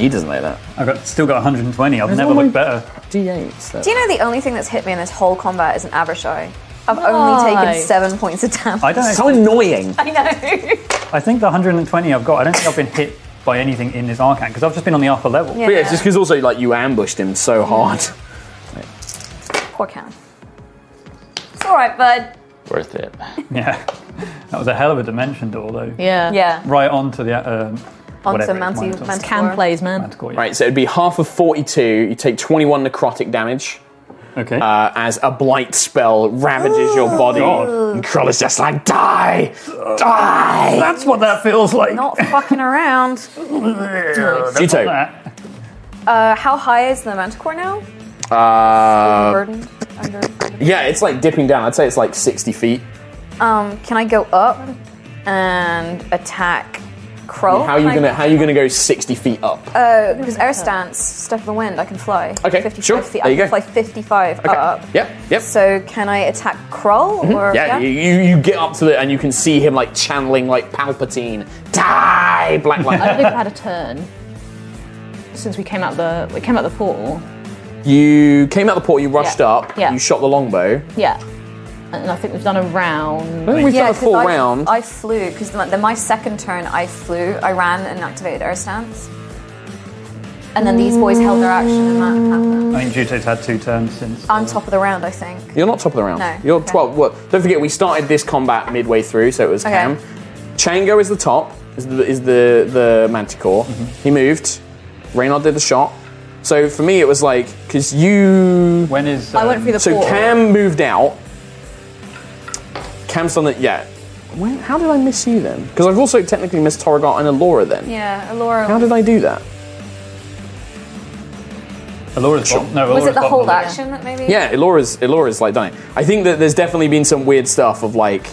He doesn't like that.
I've got still got 120. I've never looked better.
D8. So.
Do you know the only thing that's hit me in this whole combat is an Avershai? I've only taken
Nice.
seven points of damage.
I don't
So annoying.
I know.
I think the 120 I've got, I don't think I've been hit by anything in this Arcan because I've just been on the upper level.
But yeah, it's just because also like you ambushed him so hard.
Poor Cam. It's alright, bud.
Worth it.
Yeah. That was a hell of a dimension door, though.
Yeah.
Yeah.
Right onto the. Um,
On
whatever
some
it-
Manti,
Manticore.
Manticore.
Can plays, man.
Manticore, yeah.
Right, so it'd be half of 42. You take 21 necrotic damage
Okay.
uh, as a blight spell ravages your body.
God.
And Krull is just like, die! Die!
That's what that feels like.
Not fucking around.
Juto.
That.
Uh, how high is the Manticore now?
Uh,
Burdened under.
Yeah, it's like dipping down. I'd say it's like 60 feet.
Um, can I go up and attack Crow?
How are you gonna How are you gonna go 60 feet up?
Uh, Because air stance, step of the wind, I can fly.
Okay,
55
sure.
Feet.
There you go.
I can fly 55 up.
Yep. Yep. Mm-hmm.
So can I attack Kroll? Or,
yeah, You, you you get up to it and you can see him like channeling like Palpatine. Die, Black
I
Light.
believe I've had a turn since we came out the we came out the portal.
you came out the port. You rushed
Yeah,
up.
yeah.
You shot the longbow.
Yeah. And I think we've done a round.
I think we've
Mm-hmm. Yeah,
done a
'cause
full
I,
round.
I flew because my, then my second turn I flew, I ran and activated air stance, and then these boys held their action and that happened.
I think Juto's had two turns since.
I'm top of the round, I think.
You're not top of the round.
No.
You're
Okay.
12. Well, don't forget we started this combat midway through, so it was
Okay.
Cam. Chango is the top. Is the is the, the Manticore.
Mm-hmm.
He moved. Reynard did the shot. So for me, it was like because you
When is.
I went
um,
through the
So
portal.
Cam moved out. Cam's on it. Yeah. Where, how did I miss you then? Because I've also technically missed Torrigot and Alora then.
Yeah, Laura.
How did I do that?
Alora's
Sure.
bottom. No,
was
Alora's
it the
bottom
hold
of list.
action that maybe?
Yeah, Elora's Elora's like done it. I think that there's definitely been some weird stuff of like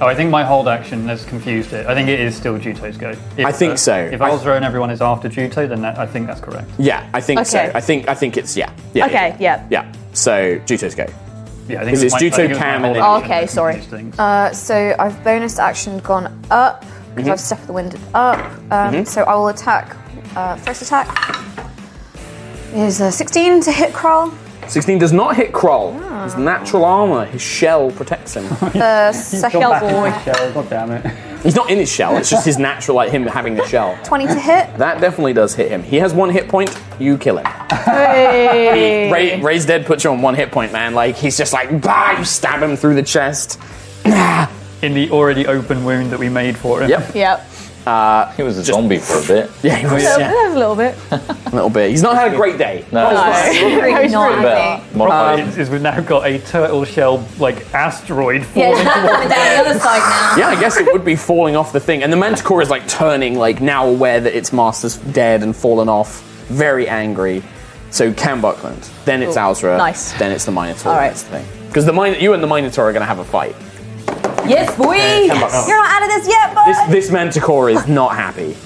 Oh, I think my hold action has confused it. I think it is still Juto's go. If,
I think
uh,
so.
If
I-
Alzro and everyone is after Juto, then that, I think that's correct.
yeah, I think so.
Okay.
I think I think it's yeah. yeah
Okay,
Yeah.
yeah.
yeah. So Juto's go.
Yeah, I think
'Cause
it was
it's
my- I
Juto,
think it was my
Cam,
hold
and then-
action that
Okay,
confused
sorry.
things.
Uh, so I've bonus action gone up because
Mm-hmm.
I've stepped the wind up. Um, So I will attack. Uh, first attack is a 16 to hit Kroll.
16 does not hit Kroll.
Ah.
His natural armor, his shell protects him.
The
Gone back
second
into the shell, God damn it.
He's not in his shell. It's just his natural like him having the shell.
20 to hit.
That definitely does hit him. He has one hit point. You kill him.
Hey.
Ray, Ray's dead puts you on one hit point, man. Like he's just like, bah, you stab him through the chest.
In the already open wound that we made for him.
Yep.
Yep.
He was a zombie for a bit.
Yeah, he was, yeah,
A little bit.
a little bit. He's not had a great day.
No,
Pretty naughty.
but
Problem
modified.
is, is we've now got a turtle shell like asteroid
Yeah,
falling
it's not coming down the other side now.
Yeah, I guess it would be falling off the thing, and the Manticore is like turning, like now aware that its master's dead and fallen off, very angry. So Cam Buckland, then it's
Ooh,
Alzra,
nice.
then it's the Minotaur,
All
All right.
right.
that's the thing. Because the min- you and the Minotaur are going to have a fight.
Yes, boy.
come on.
You're not out of this yet, boy.
This, this Manticore is not happy.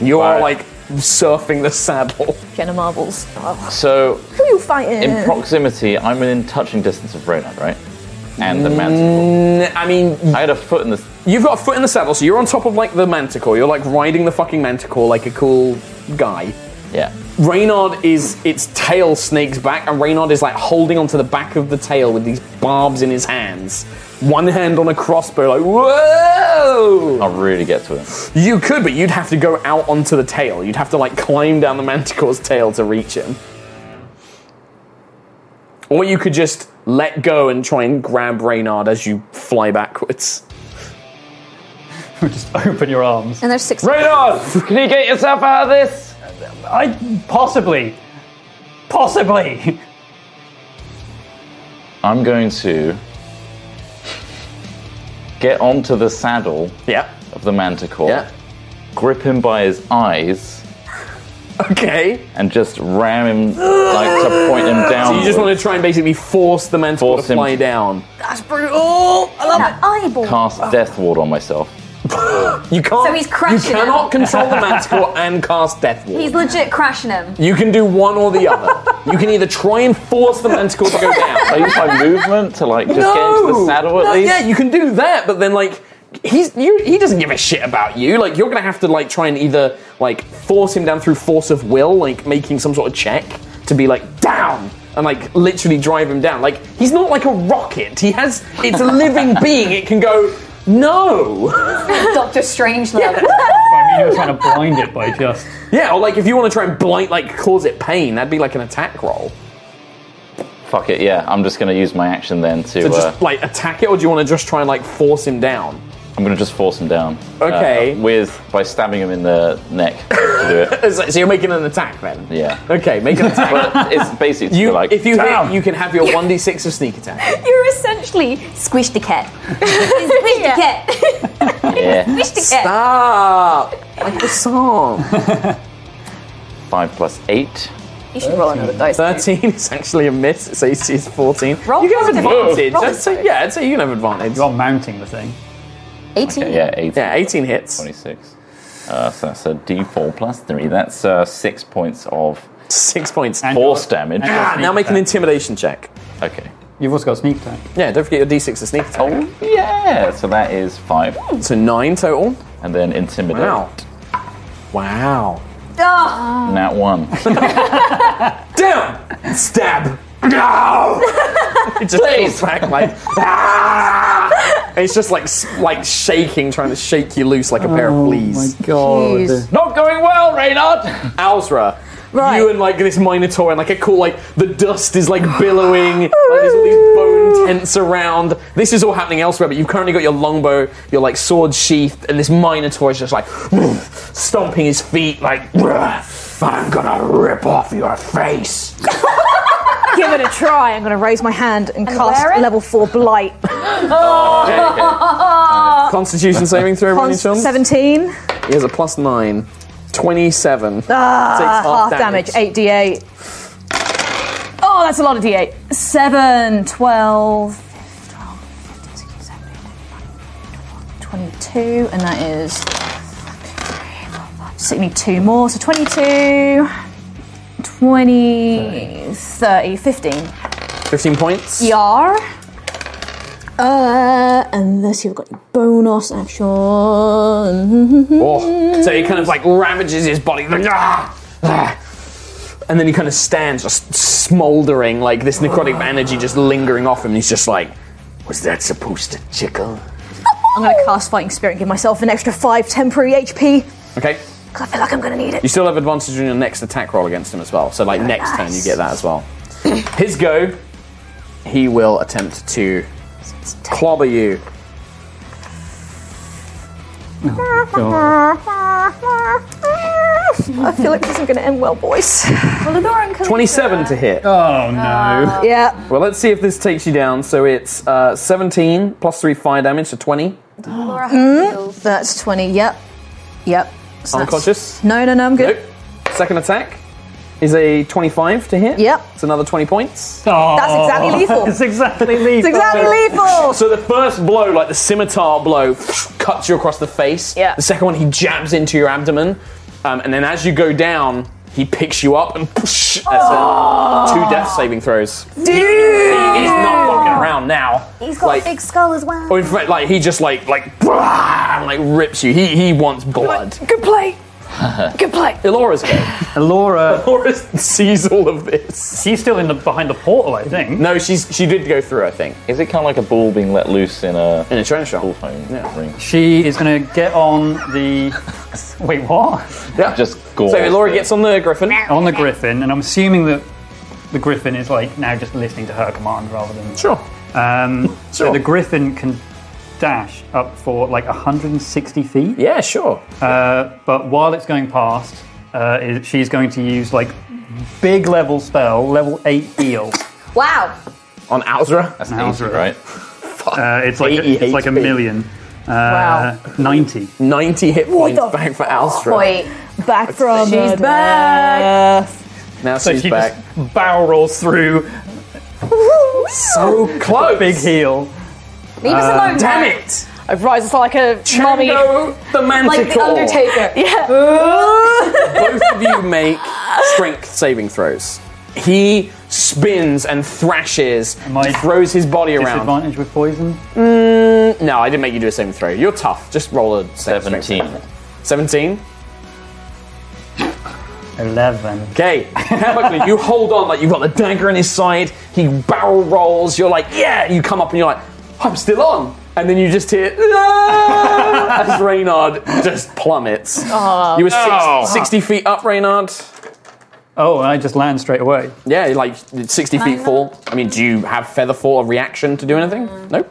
You are
Right.
like surfing the saddle.
Jenna Marbles. Oh,
So
Who you fighting?
in proximity, I'm within touching distance of Reynard, right? And the manticore.
N- I mean,
I had a foot in this.
you've got a foot in the saddle, so you're on top of like the Manticore. You're like riding the fucking Manticore like a cool guy.
Yeah.
Reynard is its tail snakes back, and Reynard is like holding onto the back of the tail with these barbs in his hands. One hand on a crossbow, like whoa!
I'll really get to him.
You could, but you'd have to go out onto the tail. You'd have to like climb down the manticore's tail to reach him. Or you could just let go and try and grab Reynard as you fly backwards.
Just open your arms.
and there's six.
Reynard!
Can you get yourself out of this?
I possibly, possibly.
I'm going to get onto the saddle
Yeah.
of the manticore,
Yeah.
grip him by his eyes,
Okay.
and just ram him like to point him down.
So you just want to try and basically force the manticore
Oh. Force
to
him
fly
to-
down.
That eyeball.
cast death ward on myself.
You can't.
So he's crashing
You cannot control the manticore and cast death ward.
He's legit crashing him.
you can do one or the other. you can either try and force the manticore to go down.
I use my movement to like just get into the saddle at
No,
least.
Yeah, you can do that, but then like he's you he doesn't give a shit about you. Like you're gonna have to like try and either like force him down through force of will, like making some sort of check to be like down and like literally drive him down. Like he's not like a rocket. He has it's a living being. It can go no.
Doctor Strange level.
I mean, you're trying to blind it by just.
Yeah, or like if you want to try and blight like cause it pain, that'd be like an attack roll.
Fuck it, yeah. I'm just gonna use my action then to.
So
uh,
just like attack it, or do you want to just try and like force him down?
I'm gonna just force him down.
Okay.
Uh, with by stabbing him in the neck to do it.
It's like- So you're making an attack then.
Yeah.
Okay, make an attack.
But it's basically
You,
like
if you
"Damn!"
hit, you can have your one d six of sneak attack.
You're essentially squish the cat. squish the cat.
yeah.
Squish the cat.
Stop, like the song.
Five plus eight.
You should roll another dice.
Thirteen is actually a miss. It's AC is fourteen.
Roll
you can have
positive.
advantage.
Roll
I'd say,
positive.
yeah, I'd say you can have advantage.
You are mounting the thing.
18.
Yeah, eight.
Yeah, eighteen hits.
Twenty-six. Uh, so that's a D4 plus three. That's uh, six points of
Six points.
And-
force damage.
and-
Ah, now make an intimidation check.
Okay.
You've also got sneak attack.
Yeah, don't forget your d six of sneak attack.
Oh yeah. So that is five,
So nine total.
and then intimidate.
Oh. Wow. Wow.
Oh,
Nat one.
down, stab. No! it just pulls back like. "Ah!" And it's just like s- like shaking, trying to shake you loose like a pair of fleas.
god.
Jeez.
Not going well, Reynard.
Alzra.
Right.
You and like this minotaur and like a cool like the dust is like billowing, like there's all these bone tents around. This is all happening elsewhere, but you've currently got your longbow, your like sword sheathed, and this minotaur is just like stomping his feet like I'm gonna rip off your face.
Give it a try. I'm going to raise my hand and,
wear
cast
it?
level 4 Blight.
Constitution saving throw, Ronnie Chum.
17.
He has a plus nine. 27.
Ah,
Takes half
half, damage.
damage.
8d8. Oh, that's a lot of d8. 7, 12, 15, 16, 17, 22, and that is. So you need two more. So 22, 20, 30, 15.
15 points.
DR. Uh, and let's see, we've got bonus action.
Oh. So he kind of like ravages his body. like, "Ah! Ah!" And then he kind of stands just smouldering, like this necrotic energy just lingering off him. And he's just like, Was that supposed to tickle?
I'm gonna cast Fighting Spirit and give myself an extra 5 temporary HP.
Okay.
I feel like I'm gonna need
You
it.
still have advantage on your next attack roll against him as well. So, like, next turn, you get that as well. His go, he will attempt to clobber you.
I feel like this isn't gonna end well, boys.
well, Ladoran can
27 to hit.
Oh no.
Uh.
Yeah.
Well, let's see if this takes you down. So it's uh, 17 plus 3 fire damage, so 20.
Laura heals.
That's 20. Yep. Yep. So that's-
Unconscious?
No, no, no, I'm good.
Nope. Second attack. is a 25 to hit.
Yep.
It's another 20 points.
That's exactly lethal.
It's exactly lethal.
It's exactly lethal.
So the first blow, like the scimitar blow, cuts you across the face.
Yeah.
The second one, he jabs into your abdomen. Um, and then as you go down, he picks you up and push. That's it. Two death saving throws. Dude! He's not fucking around now.
He's got
Like-
a big skull as well.
Or in fact, like he just like like and like rips you. He he wants blood.
Good play. Good play.
Elora's go.
Laura,
Elora sees all of this.
she's still in the behind the portal, I think.
No, she's she did go through. I think
Is it kind of like a ball being let loose in a
in a trainer shop.
ball phone
Yeah.
ring?
She is going to get on the. Wait, what?
Yeah.
Just gore.
so Elora gets on the griffin.
On the griffin, and I'm assuming that the griffin is like now just listening to her command rather than.
Sure.
Um, So
Sure.
the griffin can dash up for like 160 feet.
Yeah, sure.
Uh, but while it's going past, uh, is, she's going to use like big level spell, level eight heal.
Wow.
On Alzra.
That's easy, right?
Uh, it's like a,
80
it's like a
HP.
million. Uh, 90.
90 hit points
the
back for Alzra.
Wait.
Uh, Back from
She's
the
back.
Now
So
she's
she
back.
just barrel rolls through
So close.
big heal.
Leave us alone.
Damn
man.
it!
I rise it's like a mummy.
Chango the
Like the
Manticore.
Undertaker.
both of you make strength saving throws. He spins and thrashes,
I
throws his body around.
Disadvantage with poison.
No, I didn't make you do a saving throw. You're tough. Just roll a saving throw.
17.
17?
11.
Okay. Perfectly. you hold on, like you've got the dagger in his side. He barrel rolls. You're like, yeah. You come up and you're like, I'm still on. And then you just hear "Ah," as Reynard just plummets. you were six, 60 feet up, Reynard.
Oh, and I just land straight away.
Yeah, like 60 feet fall. I mean, do you have feather fall or reaction to do anything? Nope.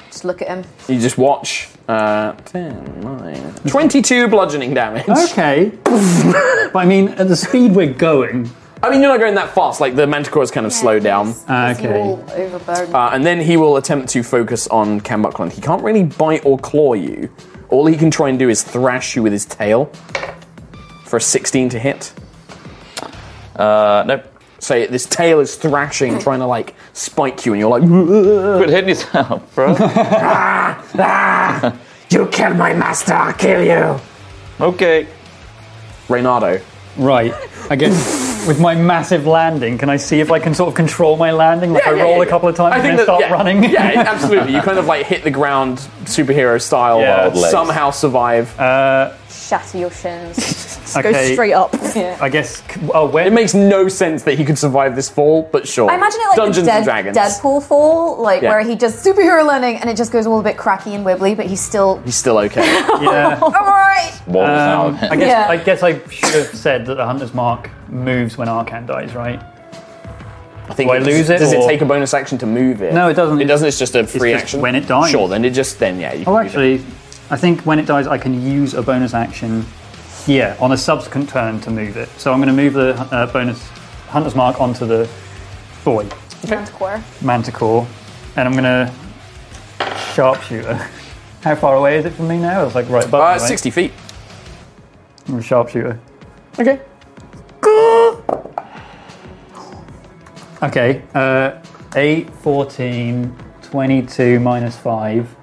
Just look at him.
You just watch. Uh, 10, 9, 22 bludgeoning damage.
Okay. but I mean, at the speed we're going.
I mean, you're not going that fast. Like, the manticore's kind of slowed down.
Uh,
Okay.
All overburdened.
Uh, and then he will attempt to focus on Cam Buckland. He can't really bite or claw you. All he can try and do is thrash you with his tail for a 16 to hit.
Uh, nope.
So this tail is thrashing, trying to like spike you, and you're like,
Quit hitting yourself, bro.
ah, You killed my master, I'll kill you!
okay.
Reynardo.
Right. I guess with my massive landing, can I see if I can sort of control my landing? Like I
Yeah, yeah,
roll
yeah,
a couple of times
I
and
think
then
that-
start
yeah,
running.
yeah, absolutely. You kind of like hit the ground superhero style,
Yeah.
Wild legs.
somehow survive.
Uh,
Shatter your shins.
okay.
Go straight up.
I guess. Oh, where?
It makes no sense that he could survive this fall, but sure.
I imagine it like
Dungeons
the
and
Dead,
Dragons.
Deadpool fall, like
Yeah.
where he does superhero landing and it just goes all a bit cracky and wibbly, but he's still.
He's still okay.
yeah.
Oh,
I'm alright.
Wobbles out
Um,
of
I
it.
guess.
Yeah.
I guess I should have said that the hunter's mark moves when Arcan dies, right?
I think
Do I lose it,
Does it
or-
take a bonus action to move it?
No, it doesn't.
It doesn't. It's just a free
just
action.
when it dies.
Sure. Then it just then yeah. You can
Oh,
move it.
actually, I think when it dies, I can use a bonus action here on a subsequent turn to move it. So I'm going to move the uh, bonus hunter's mark onto the boy
Manticore.
manticore, and I'm going to sharpshooter. How far away is it from me now? It's like right above.
Uh,
me, right?
sixty feet.
I'm a sharpshooter.
Okay.
Okay. Uh, 8, 14, 22 minus 5,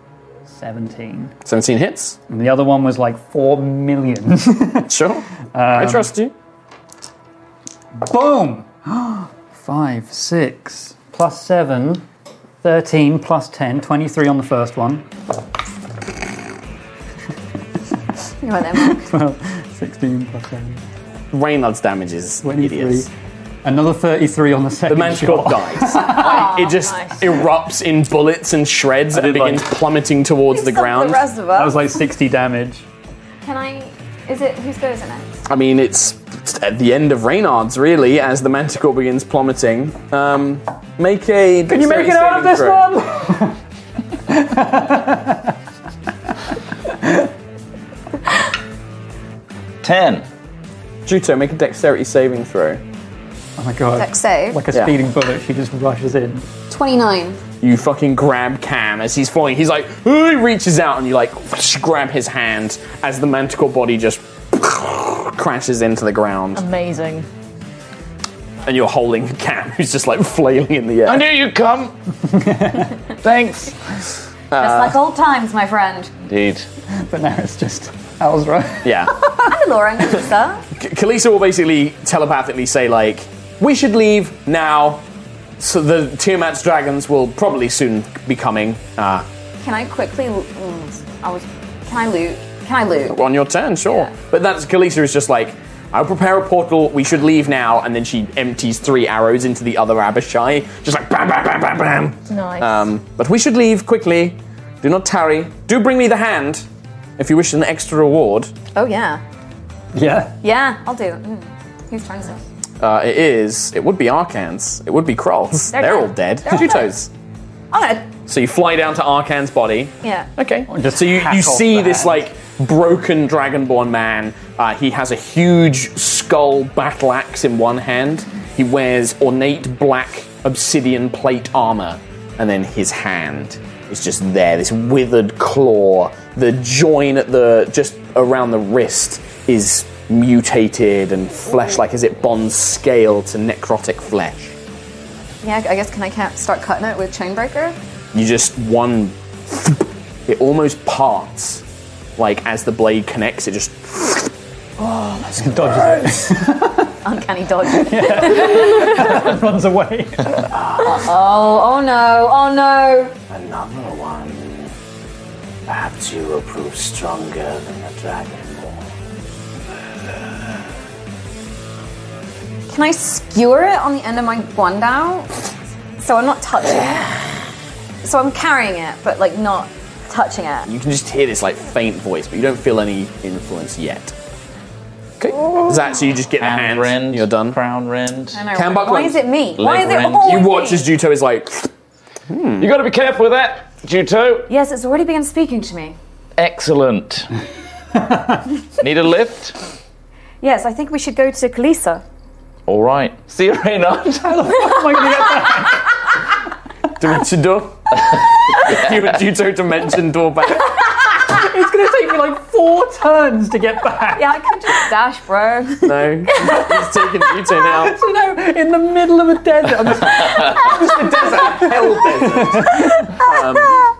17.
Seventeen hits.
And the other one was like 4 million.
Sure.
Um,
I trust you.
Boom! Five, six, plus seven, 13, plus 10, 23 on the first one,
You right there, Mark.
16 plus seven,
Reynard's damage is
23.
hideous.
Another 33 on the second
The manticore
shot.
dies. Like, it just erupts in bullets and shreds and
did like-
begins plummeting towards the
Some of
ground.
The rest of
That
us.
was like 60 damage.
Can I. Is it. Who's goes next?
I mean, it's at the end of Reynard's, really, as the manticore begins plummeting. Um, make a. Can
you make it out of this
one?
Ten.
Juto, make a dexterity saving throw.
Oh my god.
Dex save.
Like a
Yeah.
speeding bullet, she just rushes in.
29.
Uh.
You fucking grab Cam as he's flying. He's like, "Ooh," he reaches out and you like grab his hand as the manticore body just crashes into the ground,
Amazing.
and you're holding Cam, who's just like flailing in the air.
I knew you'd come. Thanks.
Just like old times, my friend.
Indeed.
But now it's just Alzra.
Yeah.
Hi, Laura and Lisa.
K- Kalisa will basically telepathically say like, "We should leave now." So the Tiamat's dragons will probably soon be coming. Uh,
Can I quickly? l- mm, I was. Can I loot? Can I loot?
on your turn, sure.
Yeah.
But that's Kalisa is just like, I'll prepare a portal. We should leave now, and then she empties three arrows into the other Abishai, just like bam, bam, bam, bam, bam.
Nice.
Um, but we should leave quickly. Do not tarry. Do bring me the hand if you wish an extra reward.
Oh yeah.
Yeah.
Yeah, I'll do. Mm. Whose turn is it?
Uh, it is. It would be Arcans. It would be Krolls. They're,
They're
all
dead.
dead.
They're all
Two
dead.
toes.
I'm gonna.
So you fly down to Arcan's body.
Oh, Yeah.
Okay.
just
so you,
hack
you
off
see
the
this
hand.
like broken dragonborn man. Uh, he has a huge skull battle axe in one hand. He wears ornate black obsidian plate armor, and then his hand is just there. This withered claw, the join at the just around the wrist is mutated and flesh-like as it bonds scale to necrotic flesh.
Yeah, I guess can I ca- start cutting it with Chainbreaker?
you just one it almost parts like as the blade connects it just
Oh,
Dodges it.
Uncanny dodge.
Runs away.
Oh, oh no, oh no.
Another one. Perhaps you will prove stronger than the dragonborn.
Can I skewer it on the end of my guandao? So I'm not touching it. So I'm carrying it, but like not touching it.
you can just hear this like faint voice but you don't feel any influence yet okay is that so you just get the
Hand
hand
rend.
you're done
Crown rend.
Um,
I know.
Can buckle
Why
him.
is it me? Why
Leg
is it
rend.
always
you watch
me?
as Juto is like
You got to be careful with that, Juto.
Yes, it's already begun speaking to me.
Excellent. Need a lift?
Yes, I think we should go to Kalisa.
All right. See you, Reynard.
dimension door you and Juto dimension door back
it's gonna take me like four turns to get back.
Yeah, I could just dash, bro.
no he's taking Juto now
You know, in the middle of a desert. I'm just,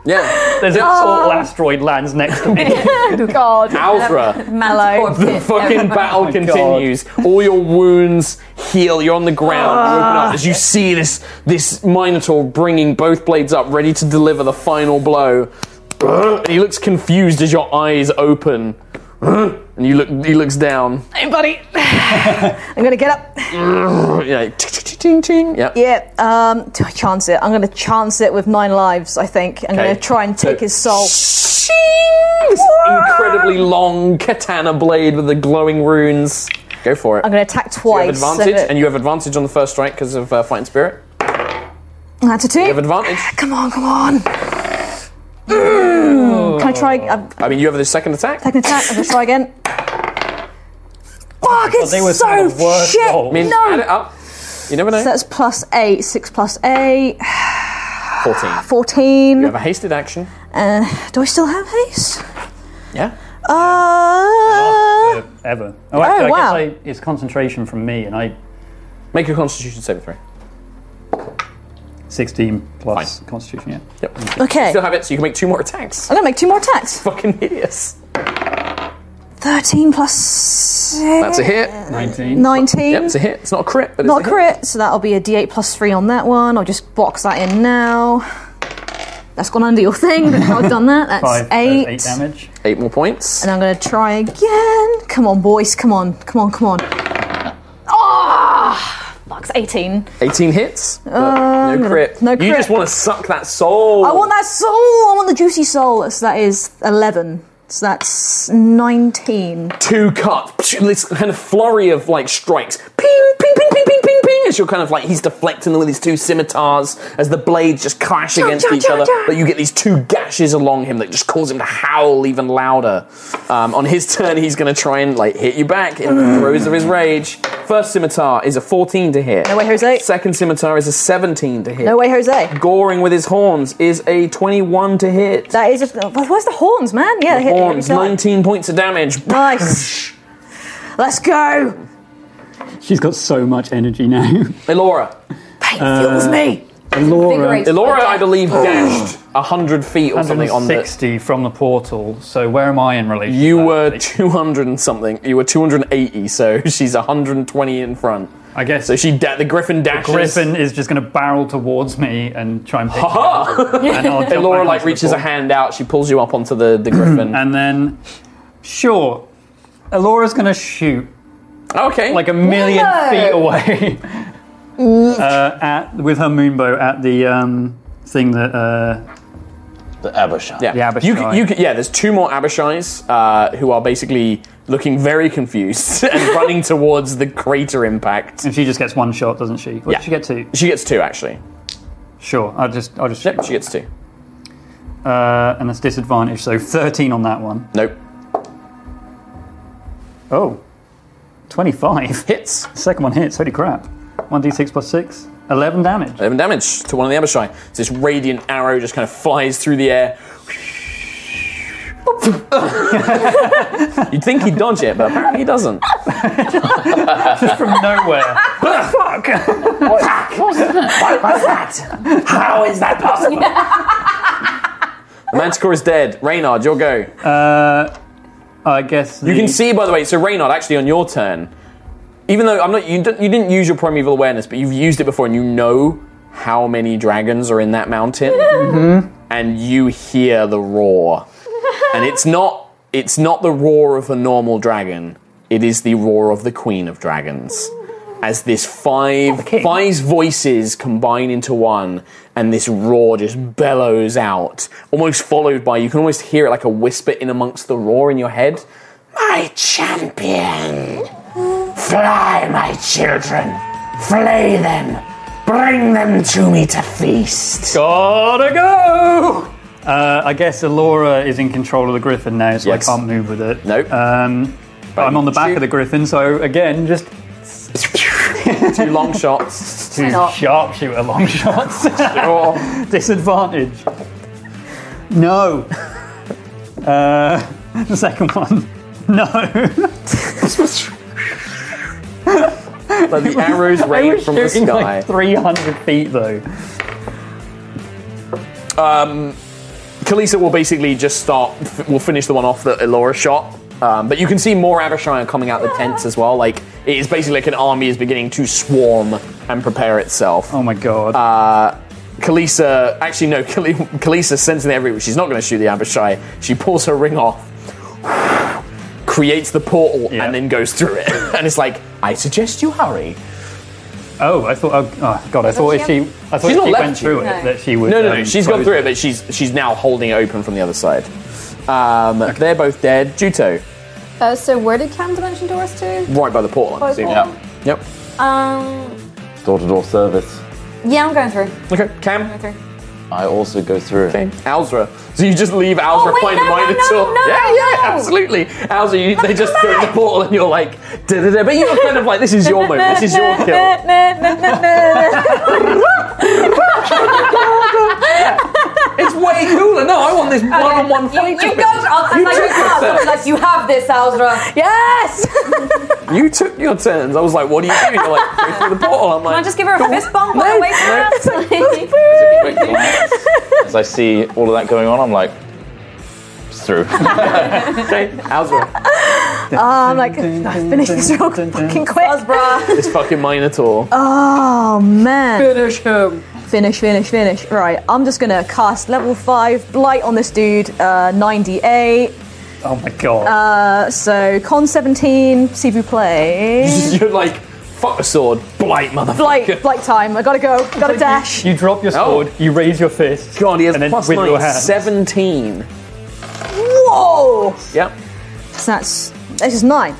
yeah
there's a
Oh,
little asteroid lands next to me.
God.
Althra
Mellow.
The fucking battle
my
continues. All your wounds heal. You're on the ground. You open
Ah.
up as you see this this minotaur bringing both blades up, ready to deliver the final blow. And he looks confused as your eyes open. And you look. He looks down.
Hey, buddy. I'm gonna get up.
Yeah. Ting, ting, ting. Yep.
yeah, um, t- chance it. I'm going to chance it with nine lives, I think. I'm going
Okay.
to try and take
So-
his soul.
Shing! This incredibly long katana blade with the glowing runes. Go for it.
I'm going to attack
you have
twice. so
advantage,
that-
and you have advantage on the first strike because of uh, fighting spirit.
That's a two.
You have advantage.
Come on, come on. Can I try? Uh,
I mean, you have the second attack.
second attack. I'm gonna try again. Fuck! It's
they were some
so
of the worst
shit.
rolls.
I mean, uh,
no.
add it up. You never know.
So that's plus eight. Six plus eight.
14.
Fourteen.
You have a hasted action.
Uh, do I still have haste?
Yeah.
Uh,
Ever. Oh, actually,
wow.
I guess I, it's concentration from me, and I
Make a constitution saving throw.
16 plus Constitution. Yeah.
Yep. You
okay.
still
I'm
have it, so you can make two more attacks.
gonna make two more attacks.
Fucking hideous.
Thirteen plus six.
That's a hit.
19.
Nineteen.
Yep, it's a hit. It's not a crit, but it's
Not a
a
crit, so that'll be a d8 plus 3 on that one. I'll just box that in now. That's gone under your thing, but I've done that. That's
Five. so
eight.
eight damage.
Hit. Eight more points.
And I'm going to try again. Come on, boys. Come on. Come on, come on. Ah! Fuck's 18.
18 hits. but no crit.
Um, no
You
crit.
just want to suck that soul.
I want that soul. I want the juicy soul. So that is 11. So that's 19.
two cut. This kind of flurry of like strikes. Ping, ping, ping, ping, ping, ping, ping. As you're kind of like he's deflecting them with his two scimitars as the blades just clash against
cha,
each
cha,
other.
cha.
But you get these two gashes along him that just cause him to howl even louder. Um, on his turn, he's going to try and like hit you back in the throes of his rage. First scimitar is a 14 to hit.
No way, Jose.
Second scimitar is a 17 to hit.
No way, Jose.
Goring with his horns is a 21 to hit.
That is a. Where's the horns, man? Yeah, hit- hit
horns,
every time.
19 points of damage.
Nice.
Let's go.
She's got so much energy now.
Elora.
Pain fuels me.
Elora. Oh.
Invigorates.
Elora, I believe, dashed 100 feet or something on the.
160 from the portal. So where am I in relation?
You
to that?
were 200 and something. You were 280, so she's 120 in front.
I guess
So she da- the Griffin dashes.
Griffin is just going to barrel towards me and try and pick me up.
Ha!
And I'll jump back
Elora
onto
like
the
reaches a
ball.
hand out. She pulls you up onto the the Griffin.
And then, sure, Elora's going to shoot
okay.
like a million
No.
feet away uh, at with her moonbow at the um, thing that uh,
The Abishai.
yeah.
the Abishai.
You, c- you c- yeah. There's two more Abishai's uh, who are basically looking very confused and running towards the crater impact.
and she just gets one shot, doesn't she? What
Yeah.
did she get two?
She gets two actually.
Sure, I'll just I'll just
Yep, she gets two.
uh, and that's disadvantage. So thirteen on that one.
Nope.
Oh. 25.
Hits.
Second one hits, holy crap. 1d6 plus 6, 11 damage.
11 damage to one of the Abishai. So this radiant arrow just kind of flies through the air. You'd think he'd dodge it, but apparently he doesn't.
From Uh, nowhere.
How is that possible? The Manticore is dead. Reynard, your go.
Uh, I guess.
You can see, by the way, so Reynard, actually, on your turn, even though I'm not, you, don't, you didn't use your primeval awareness, but you've used it before, and you know how many dragons are in that mountain, and you hear the roar, and it's not, it's not the roar of a normal dragon. It is the roar of the Queen of Dragons, as this five five voices combine into one, and this roar just bellows out, almost followed by you can almost hear it like a whisper in amongst the roar in your head. My champion! Fly, my children! Flay them! Bring them to me to feast!
Gotta go! Uh, I guess Elora is in control of the griffin now, so
Yes.
I can't move with it.
Nope.
Um, but I'm on the back of the griffin, so again, just
Two long shots.
two
not?
sharpshooter long shots.
Oh,
Disadvantage. No. Uh, the second one. No.
but the arrows
They
rain
were
from the
shooting,
sky.
Like 300 feet though.
Um, Kalisa will basically just start, f- will finish the one off that Elora shot. Um, but you can see more Abishai coming out the tents as well. Like, it is basically like an army is beginning to swarm and prepare itself.
Oh my god.
Kalisa, actually no, Kali- Kalisa sensing the everywhere. She's not going to shoot the Abishai. She pulls her ring off, creates the portal,
Yeah.
and then goes through it. and it's like, I suggest you hurry.
oh, I thought. Oh, oh god, I thought if she, I thought
She's
if
not
she
left
went
you.
through it
No.
that she would.
No, no, no.
um,
She's gone
close
through it, but she's she's now holding it open from the other side. Um, They're both dead. Juto,
Uh, so where did Cam dimension doors to?
right by the portal. I'm
By the
assuming.
portal.
Yep.
Um.
Door to door service.
Yeah, I'm going through.
Okay. Cam.
I'm going through.
I also go through.
Okay. Alzra. So you just leave Alzra
Oh, wait,
behind the
no, no,
Minotaur.
no, no,
yeah,
no,
yeah,
no.
absolutely. Alzra, you, they just
come
throw in the
back.
portal and you're like, da da da. But you're kind of like, this is your moment. This is your kill. It's way cooler. No, I want this one-on-one
You,
fight.
you
to
go. I'll
You
send like,
took
you
your
have.
turn.
I'll be like, you have this, Alzra.
Yes.
You took your turns. I was like, what do you do? You're like, go through the portal. I'm like,
Can I just give her a fist bump while I wait for her?
Quick glance. As I see all of that going on, I'm like, it's through.
okay, Alzra,
I'm like, I finish this real fucking quick.
Alzra.
this fucking Minotaur.
Um,
Oh man!
Finish him.
Finish, finish, finish. Right, I'm just gonna cast level five blight on this dude. Uh, 98.
Oh my god.
Uh, so con 17. See if you play.
You're like, fuck a sword, blight, motherfucker.
Blight, blight time. I gotta go. Gotta dash.
You drop your sword,
Oh.
you raise your fist,
God, he has
and then
plus
with your
nine,
hand.
seventeen.
Whoa!
Yep,
So that's this is nine.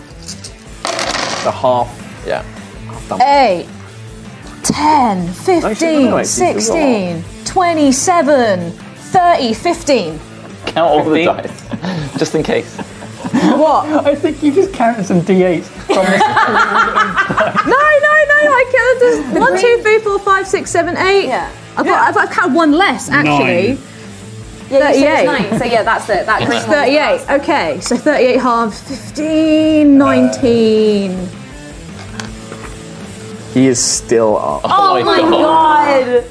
the half. Yeah. Half done.
Eight, 10, 15,
Actually, no, no, it's- it's a lot.
16, 27, 30, 15.
Count all
Fifteen.
the dice, just in case.
What?
I think you just counted some d8s. From this.
no, no, no, I counted as one, two, three, four, five, six, seven, eight.
Yeah.
I've, got, I've, I've counted one less, actually.
Nine.
Yeah, you said
38.
it's nine, so yeah, that's it. That green one. Oh,
38. Okay, so 38 halves, 15, 19.
He is still up.
Oh, my
God!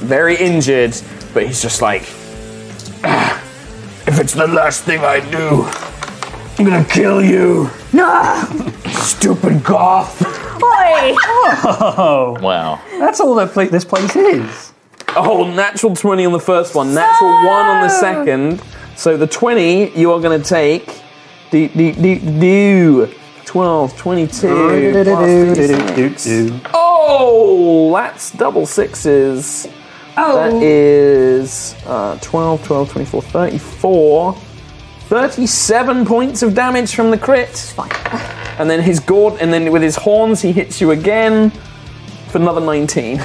Very injured, but he's just like, "Ah, if it's the last thing I do, I'm gonna kill you. No! Stupid goth.
Oh,
Wow.
that's all that pla- this place is.
Oh, natural 20 on the first one, natural 1 on the second. So the 20 you are going to take. Do, do, do, do. 12, 22. plus 36.
Do-do-do-do-do-do.
Oh, that's double sixes. That is uh, 12, 12, 24, 34. 37 points of damage from the crit. And then his gourd, and then with his horns, he hits you again for another 19.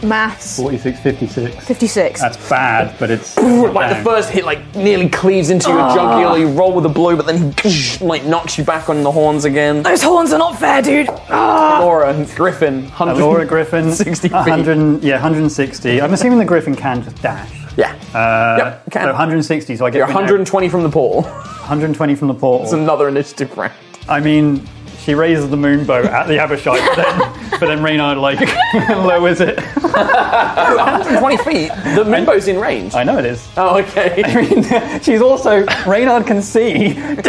Maths.
46, 56.
56.
That's bad, but it's
like the
down.
first hit like nearly cleaves into
Ah.
your jugular you roll with a blow but then he like knocks you back on the horns again
Those horns are not fair, dude. Ah.
Laura Griffin 100
Uh, Laura Griffin,
60 feet.
100, yeah, 160. I'm assuming the Griffin can just dash.
yeah
Uh,
Yep, can.
So 160, so I get
you're
to now
120 from the portal
120 from the portal.
it's another initiative round
I mean, she raises the moon bow at the Abishai, but then, but then Reynard like lowers it.
120 feet the Mimbo's in range
I know it is.
oh okay
I mean, she's also Reynard can see.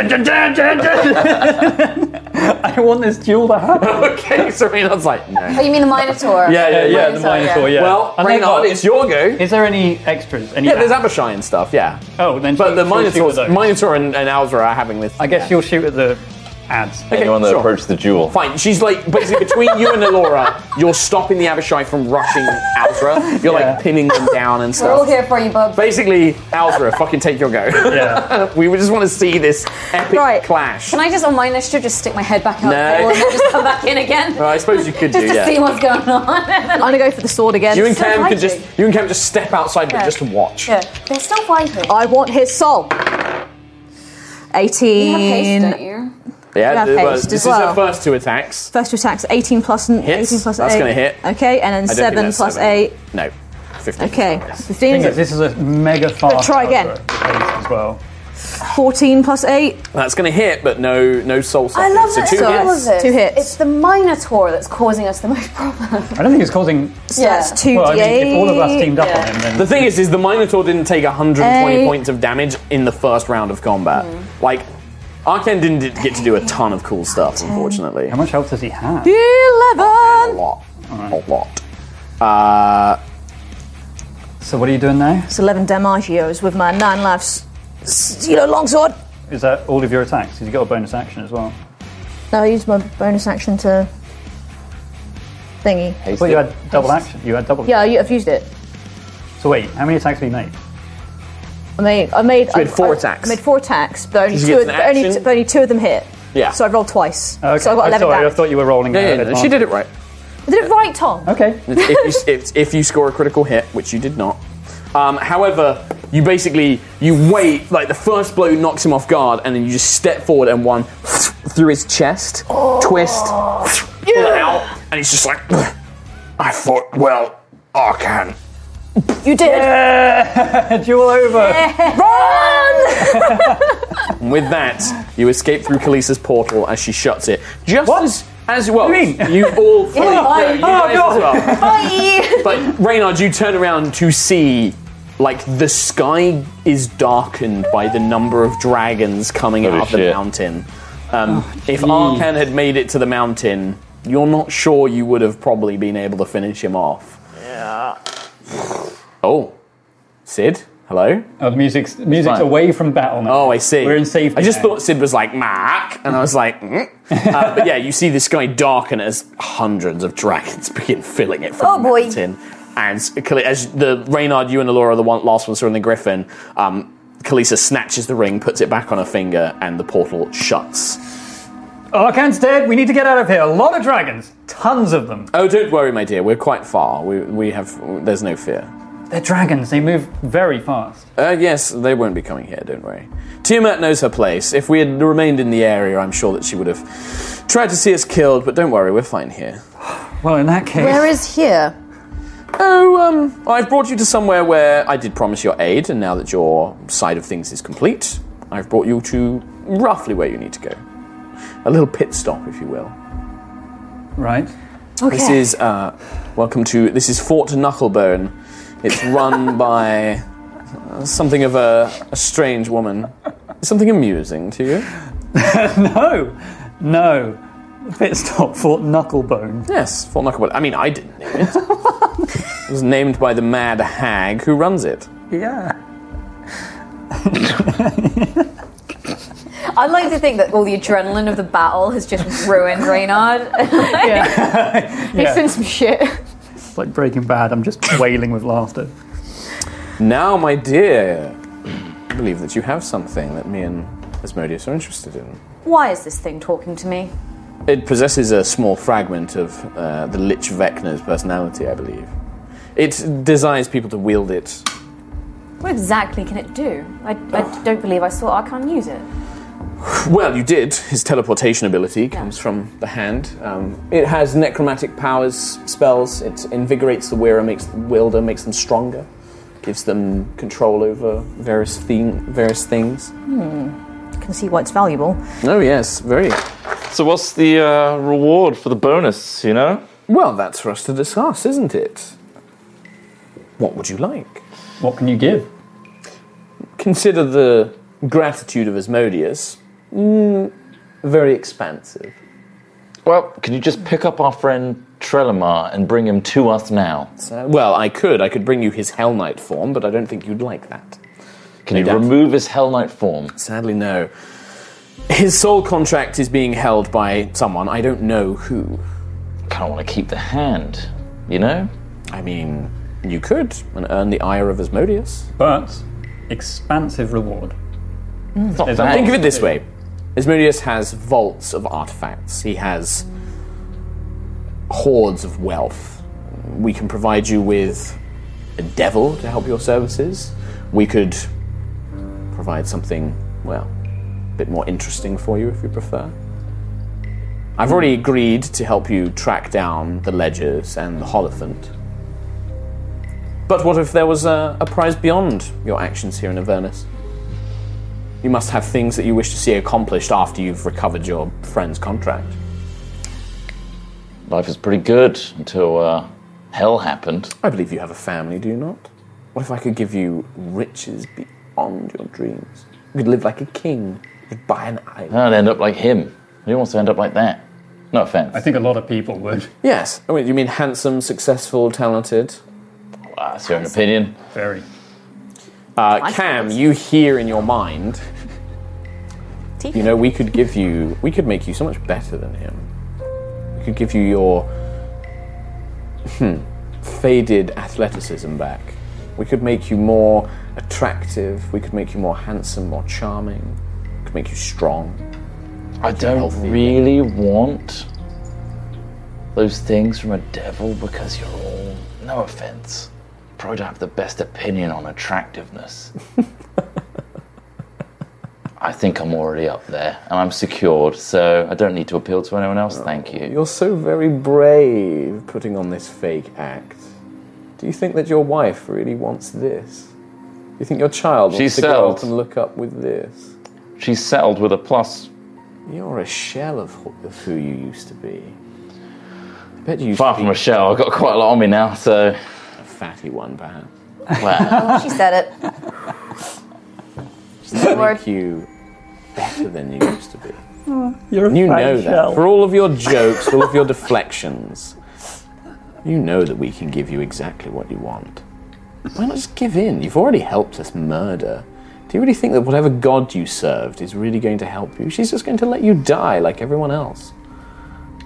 I want this duel to happen.
okay so Reynard's like no
Oh, you mean the Minotaur?
yeah yeah yeah
the Minotaur, yeah.
well
And they've
Reynard
got-
it's your go
Is there any extras? Any
yeah there's Abishai and stuff yeah
Oh, then
but
she'll-
the
she'll shoot
Minotaur
with those.
Minotaur and, and Alzra are having this
I guess she'll shoot at the ads.
Anyone that
sure.
approaches the jewel.
Fine, she's like basically between you and Elora, you're stopping the Abishai from rushing Alzra. You're
Yeah.
like pinning them down and
We're all
stuff.
here for you, bub.
Basically, Alzra, fucking take your go.
Yeah.
we just want to see this epic
Right.
clash.
Can I just on my initiative just stick my head back
No.
out the wall and then just come back in again?
Well, I suppose you could
just
do,
to
yeah.
see what's going on.
I'm gonna go for the sword again.
you and Cam
hiding.
could just you and Cam just step outside, but
Yeah.
just to watch.
yeah. They're still fighting.
I want his soul.
You have haste,
18.
don't you?
Yeah,
Yeah,
th- well,
haste
this
as
is her
well.
first two attacks.
First two attacks, 18 plus n-
Hits.
18 plus
That's
8.
gonna hit.
Okay, and then
I don't think
7
that's
plus
seven.
8.
No, fifteen.
Okay, 15.
Thing is, this is a mega fast.
try again.
outbreak As well.
14 plus 8.
That's gonna hit, but no, no soul.
I
sucking.
love
so
that
two
so
hits.
was it?
Two hits.
It's the Minotaur that's causing us the most problem.
I don't think it's causing.
So
Yeah.
that's 2d8.
Well, I mean, if all of us teamed up on him, then
The thing is, is the Minotaur didn't take 120
Eight.
points of damage in the first round of combat. Like, Arkan didn't d- get to do a ton of cool stuff, unfortunately.
how much health does he have?
11!
A lot. A lot. Uh,
So what are you doing now?
It's 11 damagios with my 9 lives. s- You know, longsword.
Is that all of your attacks? Because you got a bonus action as well.
No, I used my bonus action to. thingy.
Haste
Well,
it.
you had double action. You had double.
Yeah, I- I've used it.
So wait, how many attacks have you made?
I made. I made.
you had
I-
four
I-
attacks.
I made four attacks, but only
Did you
two,
get
of-
an
but only,
action?
but only two of them hit.
yeah.
So I rolled twice.
Okay.
So I got
Oh,
11
sorry, I
damage.
thought you were rolling.
yeah,
at
yeah, no, she
advantage.
did it right.
Did it right, Tom?
Okay.
if, you, s- if, if you score a critical hit, which you did not. Um, however, you basically you wait like the first blow knocks him off guard, and then you just step forward and one through his chest, twist, pull it out, and he's just like, I fought well, Arkan.
You did.
Duel over.
Run!
And with that, you escape through Kalisa's portal as she shuts it. Just
What?
as as well,
What do you mean?
you all fully, yeah, you guys
God.
as well. But Reynard, you turn around to see, like, the sky is darkened by the number of dragons coming
Holy
out of the
shit.
mountain. Um, if Arkan had made it to the mountain, you're not sure you would have probably been able to finish him off. Yeah. Oh, Sid, hello.
Oh, the music's music's
Fine.
away from battle now.
Oh, I see.
We're in safety.
I just
now.
thought Sid was like Mac, and I was like, mm. Uh, but yeah, you see this sky darken as hundreds of dragons begin filling it from
Oh,
the
boy.
mountain. And Kali- as the Reynard, you and Alora, are the one last ones who are in the Griffin. Um, Kalisa snatches the ring, puts it back on her finger, and the portal shuts.
Arcan's dead. We need to get out of here. A lot of dragons. Tons of them.
Oh, don't worry, my dear. We're quite far. We, we have. There's no fear.
They're dragons. They move very fast.
Uh, yes, they won't be coming here, don't worry. Tiamat knows her place. If we had remained in the area, I'm sure that she would have tried to see us killed, but don't worry, we're fine here.
Well, in that case,
Where is here?
Oh, um, I've brought you to somewhere where I did promise your aid, and now that your side of things is complete, I've brought you to roughly where you need to go. A little pit stop, if you will.
Right.
This is uh, welcome to this is Fort Knucklebone. It's run by uh, something of a, a strange woman. Something amusing to you?
No, no. Pit stop for Knucklebone.
Yes, Fort Knucklebone. I mean, I didn't name it. it was named by the mad hag who runs it.
Yeah.
I like to think that all the adrenaline of the battle has just ruined Reynard.
He's seen some shit.
It's like Breaking Bad. I'm just wailing with laughter.
Now, my dear, I believe that you have something that me and Asmodeus are interested in.
Why is this thing talking to me?
It possesses a small fragment of uh, the Lich Vecna's personality, I believe. It desires people to wield it.
What exactly can it do? I, I don't believe I saw I can't use it.
Well, you did. His teleportation ability comes from the hand. Um, it has necromantic powers, spells. It invigorates the wearer, makes the wielder, makes them stronger, gives them control over various, theme, various things.
I can see why it's valuable.
Oh, yes, very.
So what's the uh, reward for the bonus? You know,
Well, that's for us to discuss, isn't it? What would you like?
What can you give?
Consider the gratitude of Asmodeus mm, very expansive.
well, can you just pick up our friend Trelemar and bring him to us now?
So, well, I could. I could bring you his Hell Knight form, but I don't think you'd like that.
Can
No
you
doubt.
remove his Hell Knight form?
Sadly, no. His soul contract is being held by someone. I don't know who.
Kind of want to keep the hand. You know,
I mean, you could and earn the ire of Asmodeus.
But expansive reward.
it's not
that-
bad.
Think of it this way Asmodeus has vaults of artifacts, he has hordes of wealth. We can provide you with a devil to help your services. We could provide something, well, a bit more interesting for you if you prefer. I've already agreed to help you track down the ledgers and the Holophant. But what if there was a, a prize beyond your actions here in Avernus? You must have things that you wish to see accomplished after you've recovered your friend's contract.
Life is pretty good until uh, hell happened.
I believe you have a family, do you not? What if I could give you riches beyond your dreams? You could live like a king. You'd buy an island.
I'd end up like him. Who wants to end up like that? No offense.
I think a lot of people would.
Yes. Oh, wait, you mean handsome, successful, talented?
Well, that's your own opinion.
Very.
Uh, Cam, you hear in your mind.
Teeth.
You know, we could give you. We could make you so much better than him. We could give you your. hmm, faded athleticism back. We could make you more attractive. We could make you more handsome, more charming. We could make you strong.
I don't
healthy.
really want those things from a devil because you're all, no offense, probably don't have the best opinion on attractiveness. I think I'm already up there and I'm secured, so I don't need to appeal to anyone else, thank you.
You're so very brave putting on this fake act. Do you think that your wife really wants this? Do you think your child wants
She's
to go up
settled.
and look up with this?
She's settled with a plus.
You're a shell of, wh- of who you used to be. I bet you used
Far
to
from
be
a shell, I've got quite a lot on me now, so.
a fatty one, perhaps.
Well,
She said it.
Make you better than you used to be.
Oh, You're a
You know that. For all of your jokes, all of your deflections, you know that we can give you exactly what you want. Why not just give in? You've already helped us murder. Do you really think that whatever god you served is really going to help you? She's just going to let you die like everyone else.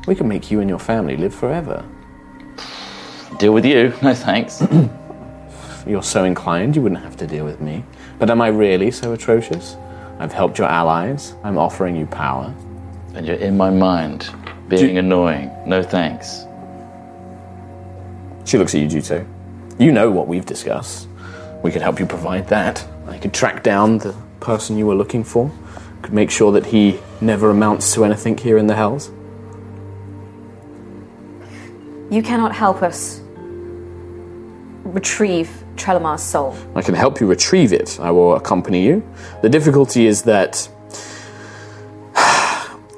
We can make you and your family live forever.
deal with you, no thanks.
You're so inclined, you wouldn't have to deal with me. But am I really so atrocious? I've helped your allies. I'm offering you power.
And you're in my mind, being annoying. No thanks.
She looks at you, Juto. You know what we've discussed. We could help you provide that. I could track down the person you were looking for. Could make sure that he never amounts to anything here in the Hells.
You cannot help us. retrieve Trelamar's soul.
I can help you retrieve it. I will accompany you. The difficulty is that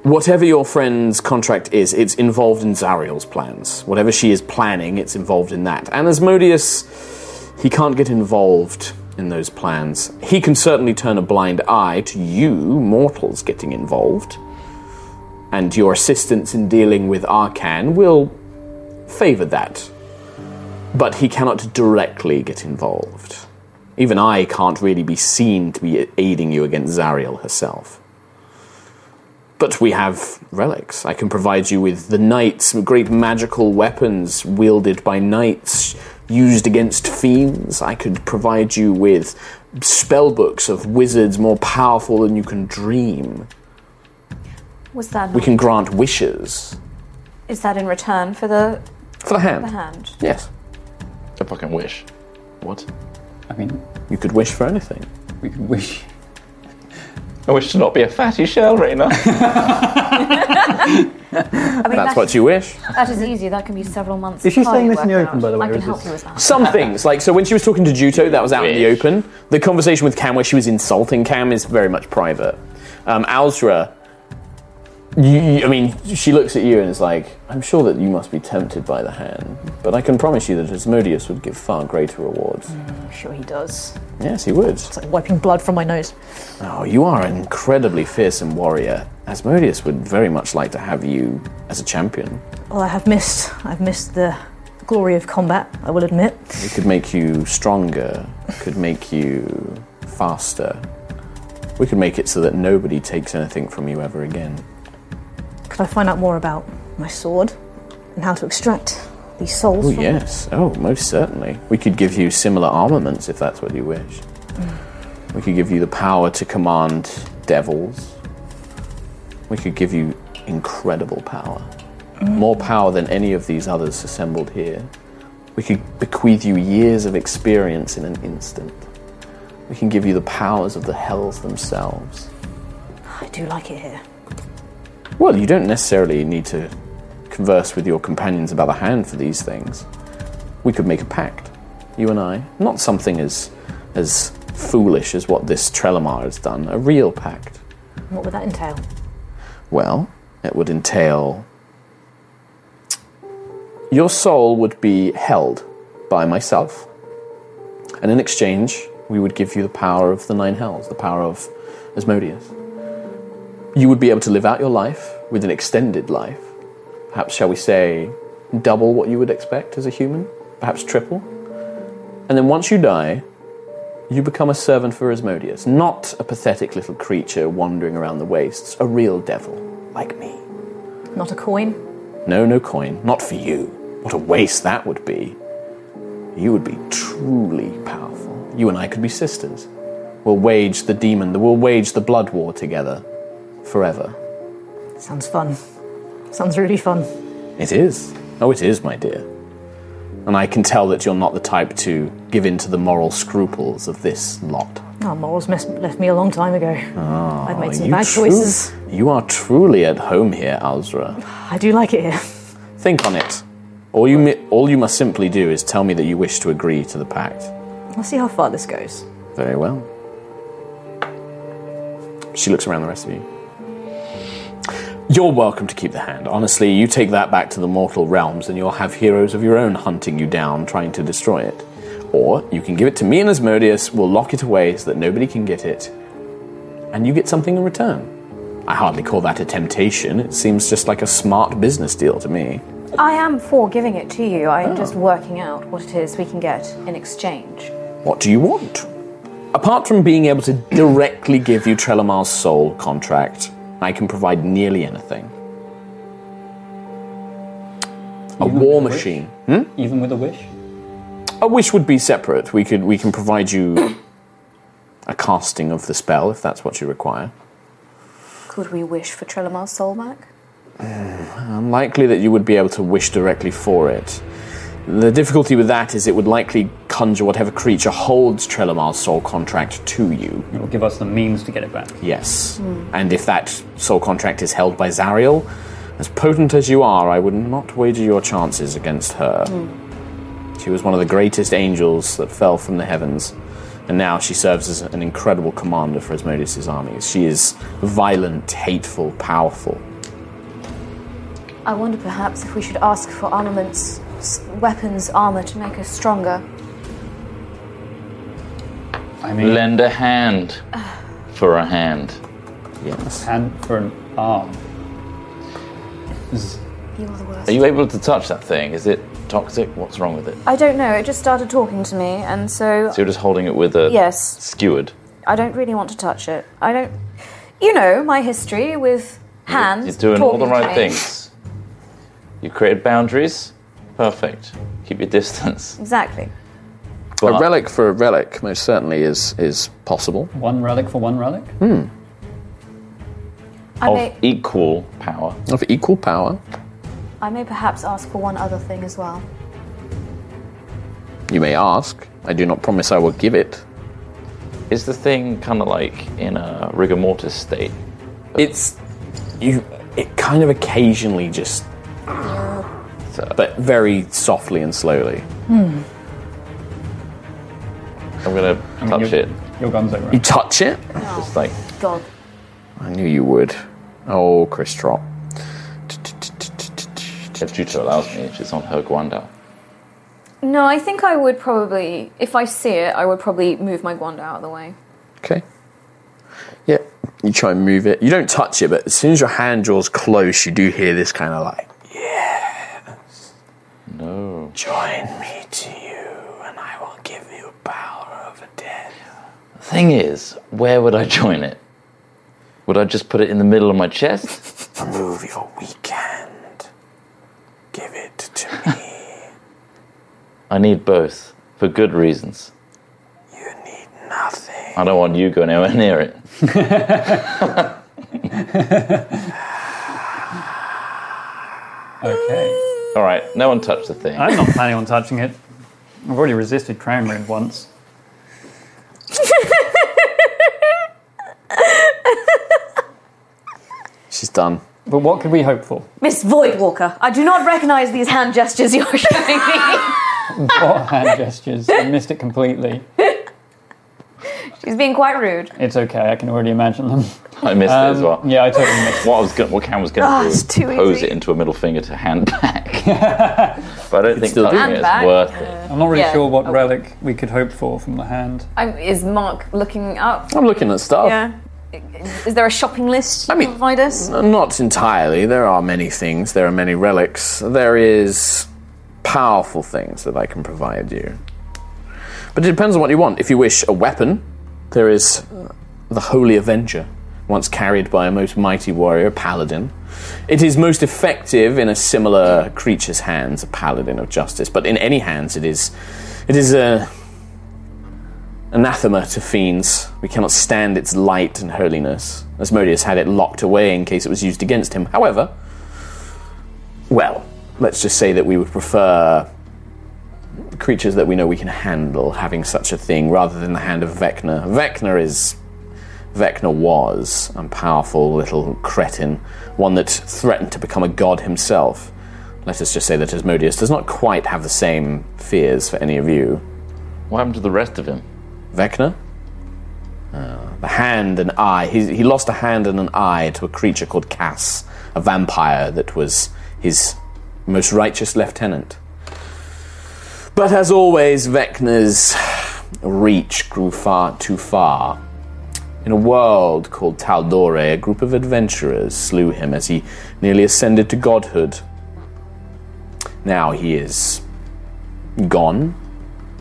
whatever your friend's contract is, it's involved in Zariel's plans. Whatever she is planning, it's involved in that. And Asmodeus, he can't get involved in those plans. He can certainly turn a blind eye to you, mortals, getting involved. And your assistance in dealing with Arcan will favour that. But he cannot directly get involved. Even I can't really be seen to be aiding you against Zariel herself. But we have relics. I can provide you with the knights, great magical weapons wielded by knights used against fiends. I could provide you with spell books of wizards more powerful than you can dream.
Was that
We can grant wishes.
is that in return for the
For the hand.
the hand?
Yes.
If I can wish. What?
I mean,
You could wish for anything.
we could wish.
I wish to not be a fatty shell right now.
I mean,
That's
that,
what you wish.
that is easy. That can be several months.
Is she saying this in the
work
open, by the way,
I
or
can
is
help
this-
you with that.
Some things, like, so when she was talking to Juto, that was out in the
Wish.
open. The conversation with Cam, where she was insulting Cam, is very much private. Um, Alzra, you, you- I mean, she looks at you and is like, I'm sure that you must be tempted by the hand, but I can promise you that Asmodeus would give far greater rewards.
I'm sure he does.
Yes, he would.
It's like wiping blood from my nose.
Oh, you are an incredibly fearsome warrior. Asmodeus would very much like to have you as a champion.
Well, I have missed. I've missed the glory of combat. I will admit.
It could make you stronger, could make you faster. We could make it so that nobody takes anything from you ever again.
Could I find out more about my sword and how to extract these souls?
Oh,
from
yes. Oh, most certainly. We could give you similar armaments if that's what you wish. We could give you the power to command devils. We could give you incredible power. More power than any of these others assembled here. We could bequeath you years of experience in an instant. We can give you the powers of the hells themselves.
I do like it here.
Well, you don't necessarily need to converse with your companions about the hand for these things. We could make a pact, you and I. Not something as as foolish as what this Trelemar has done. A real pact.
What would that entail?
Well, it would entail your soul would be held by myself, and in exchange, we would give you the power of the nine hells, the power of Asmodeus. You would be able to live out your life with an extended life, perhaps, shall we say, double what you would expect as a human, perhaps triple. And then once you die, you become a servant for Asmodeus, not a pathetic little creature wandering around the wastes, a real devil like me.
Not a coin.
No, no coin, not for you. What a waste that would be. You would be truly powerful. You and I could be sisters. We'll wage the demon, we'll wage the blood war together forever.
Sounds fun. Sounds really fun.
It is. Oh, it is, my dear. And I can tell that you're not the type to give in to the moral scruples of this lot.
Oh, morals mess- left me a long time ago. I've made some
You
bad
tru-
choices.
You are truly at home here, Alzra.
I do like it here.
Think on it. All you, mi- all you must simply do is tell me that you wish to agree to the pact.
Let's see how far this goes.
Very well. She looks around the rest of you. You're welcome to keep the hand. Honestly, you take that back to the mortal realms and you'll have heroes of your own hunting you down, trying to destroy it. Or you can give it to me and Asmodeus, we'll lock it away so that nobody can get it, and you get something in return. I hardly call that a temptation, it seems just like a smart business deal to me.
I am for giving it to you. I'm
Oh.
just working out what it is we can get in exchange.
What do you want? Apart from being able to directly give you Trelamar's soul contract, I can provide nearly anything. A war
wish?
machine.
Even with a wish?
A wish would be separate. We could we can provide you a casting of the spell if that's what you require.
Could we wish for Trelamar's soul back?
Unlikely that you would be able to wish directly for it. The difficulty with that is it would likely conjure whatever creature holds Trelamar's soul contract to you.
It'll give us the means to get it back.
Yes. And if that soul contract is held by Zariel, as potent as you are, I would not wager your chances against her. She was one of the greatest angels that fell from the heavens, and now she serves as an incredible commander for Asmodeus' armies. She is violent, hateful, powerful.
I wonder perhaps if we should ask for armaments, s- weapons, armor to make us stronger.
I mean,
Lend a hand for a hand.
Yes.
hand for an arm. This is-
You are the worst.
Are you able to touch that thing? Is it toxic? What's wrong with it?
I don't know. It just started talking to me, and so
So you're just holding it with a
yes,
skewered.
I don't really want to touch it. I don't. You know my history with hands.
You're doing all the
talking to
right
me.
things. You created boundaries. Perfect. Keep your distance.
Exactly.
A
But-
relic for a relic most certainly is is possible.
One relic for one relic?
I
of
may,
equal power.
Of equal power,
I may perhaps ask for one other thing as well.
you may ask. I do not promise I will give it.
Is the thing kind of like in a rigor mortis state?
It's you. It kind of occasionally just, but very softly and slowly.
I'm gonna touch
you-
it.
Your gun's over.
You touch it.
Just like
God,
I knew you would. Oh, Chris Trot.
if Juto allows me, she's on her Gwanda.
no. I think I would probably, if I see it, I would probably move my wand out of the way.
Okay. Yeah, you try and move it. You don't touch it, but as soon as your hand draws close, you do hear this kind of like,
No.
"Join me to you, and I will give you power over death."
Thing is, where would I join it? Would I just put it in the middle of my chest?
Remove your weak hand. Give it to me.
I need both for good reasons.
you need nothing.
I don't want you going anywhere near it.
Okay.
All right, no one touched the thing.
I'm not planning on touching it. I've already resisted Crown Red once.
She's done.
But what could we hope for?
Miss Voidwalker, I do not recognise these hand gestures you're showing me.
What hand gestures? I missed it completely.
She's being quite rude.
It's okay, I can already imagine them.
I missed it as
Um,
well.
Yeah, I totally missed
What I was going, what Cam was going
Ah,
to do
it's
was
too
pose
easy.
it into a middle finger to hand back. but I don't think
still
touching
doing
it
it.
is
Hand
worth it.
I'm not really
Yeah.
sure what
Oh.
relic we could hope for from the hand.
I'm, is Mark looking up?
I'm looking at stuff.
Yeah. Is there a shopping list you
I mean-
can provide us?
N- Not entirely. There are many things. There are many relics. There is powerful things that I can provide you. But it depends on what you want. If you wish a weapon, there is uh, the Holy Avenger, once carried by a most mighty warrior, paladin. It is most effective in a similar creature's hands, a paladin of justice. But in any hands, it is, it is a anathema to fiends. We cannot stand its light and holiness. Asmodeus had it locked away in case it was used against him. However, well, let's just say that we would prefer creatures that we know we can handle having such a thing rather than the hand of Vecna. Vecna is. Vecna was a powerful little cretin, one that threatened to become a god himself. Let us just say that Asmodeus does not quite have the same fears for any of you.
What happened to the rest of him?
Vecna? Uh, the hand and eye. He, he lost a hand and an eye to a creature called Cass, a vampire that was his most righteous lieutenant. But as always, Vecna's reach grew far too far. In a world called Taldore, a group of adventurers slew him as he nearly ascended to godhood. Now he is gone,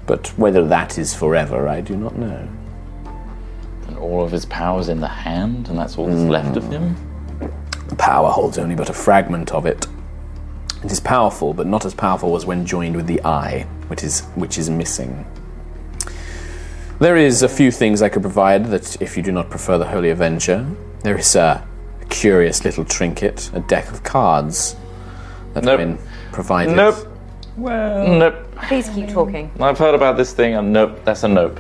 but whether that is forever, I do not know.
And all of his powers in the hand, and that's all that's left of him?
Power holds only but a fragment of it. It is powerful, but not as powerful as when joined with the eye, which is which is missing. There is a few things I could provide that, if you do not prefer the Holy Avenger, there is a, curious little trinket, a deck of cards that
Nope.
have been provided.
Nope. Nope.
Please keep talking.
I've heard about this thing, and nope, that's a nope.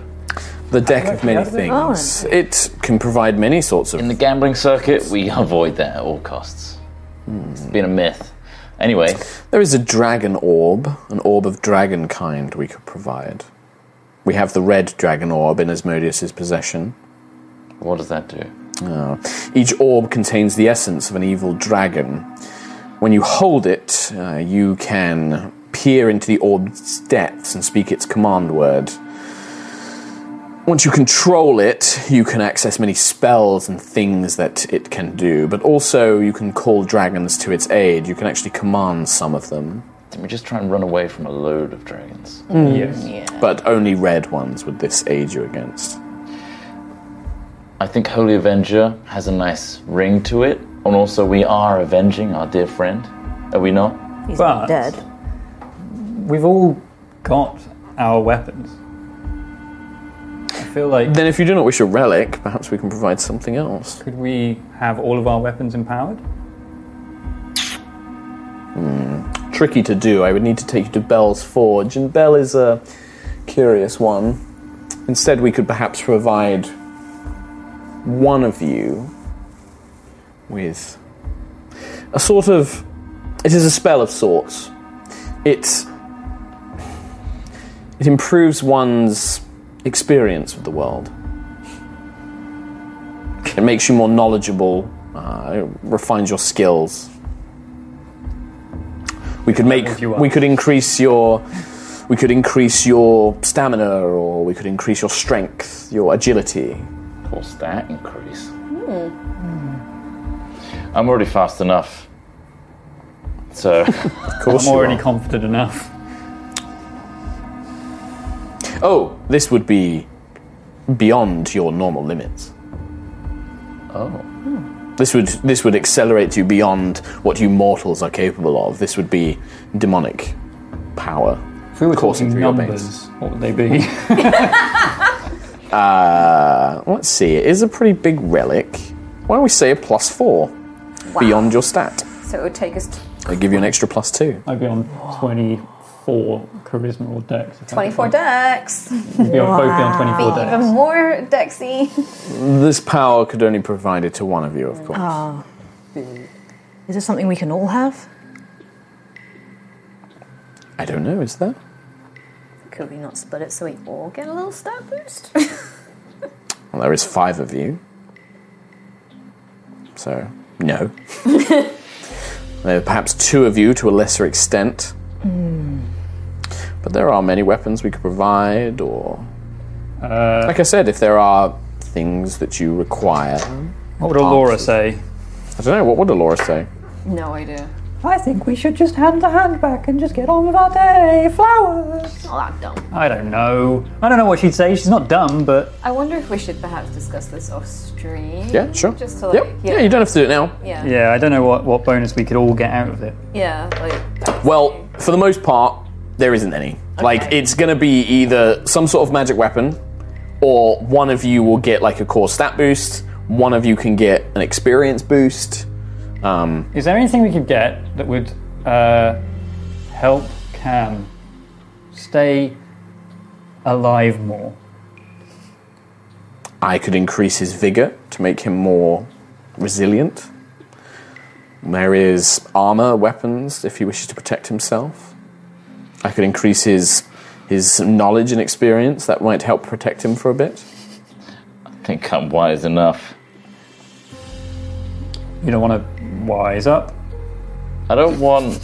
The deck of many things. It can provide many sorts of
In the gambling circuit, we avoid that at all costs. It's been a myth. Anyway,
There is a dragon orb, an orb of dragon kind we could provide. We have the red dragon orb in Asmodeus' possession.
what does that do?
Uh, each orb contains the essence of an evil dragon. When you hold it, uh, you can peer into the orb's depths and speak its command word. Once you control it, you can access many spells and things that it can do, but also you can call dragons to its aid. You can actually command some of them.
Didn't we just try and run away from a load of dragons?
but only red ones would this aid you against.
I think Holy Avenger has a nice ring to it, and also we are avenging our dear friend. Are we not?
He's
But-
not dead.
We've all got our weapons. I feel like
Then, if you do not wish a relic, perhaps we can provide something else.
could we have all of our weapons empowered?
Tricky to do. I would need to take you to Bell's Forge, and Bell is a curious one. Instead, we could perhaps provide one of you with a sort of. It is a spell of sorts. It. It improves one's experience with the world. It makes you more knowledgeable. Uh, it refines your skills. We could make.
levels you up.
We could increase your. We could increase your stamina, or we could increase your strength, your agility.
Of course, that increase. Hmm. I'm already fast enough. So,
Of course,
I'm
you
already
are.
confident enough.
Oh, this would be beyond your normal limits.
oh,
This would this would accelerate you beyond what you mortals are capable of. This would be demonic power.
If we were
Coursing
talking
through your
numbers, what would they be?
Uh, let's see. It is a pretty big relic. Why don't we say a plus four beyond your stat?
So it would take us
They give you an extra plus two.
I'd be on 24 charisma or dex. if I
24
could.
decks.
We'd be on, both be on 24 dex.
Even more dexy.
This power could only be provided to one of you, of course.
Is this something we can all have?
I don't know. Is there?
Could we not split it so we all get a little stat boost?
Well, there is five of you. So, no. there are perhaps two of you to a lesser extent. But there are many weapons we could provide, or.
Uh,
like I said, if there are things that you require.
What would Laura say?
I don't know, what would Laura say?
no idea.
I think we should just hand the hand back and just get on with our day. Flowers.
Well, I'm dumb.
I don't know. I don't know what she'd say. She's not dumb, but
I wonder if we should perhaps discuss this off stream.
Yeah, sure.
Just to
yep.
like,
yeah, you don't have to do it now.
yeah, yeah,
yeah, I don't know what, what bonus we could all get out of it.
yeah, like
Well, for the most part, there isn't any. Like, it's going to be either some sort of magic weapon, or one of you will get like a core stat boost, one of you can get an experience boost. Um,
Is there anything we could get that would uh, help Cam stay alive more?
I could increase his vigor to make him more resilient. There is armor, weapons, if he wishes to protect himself. I could increase his his knowledge and experience. That might help protect him for a bit.
I think I'm wise enough.
You don't want to wise up.
I don't want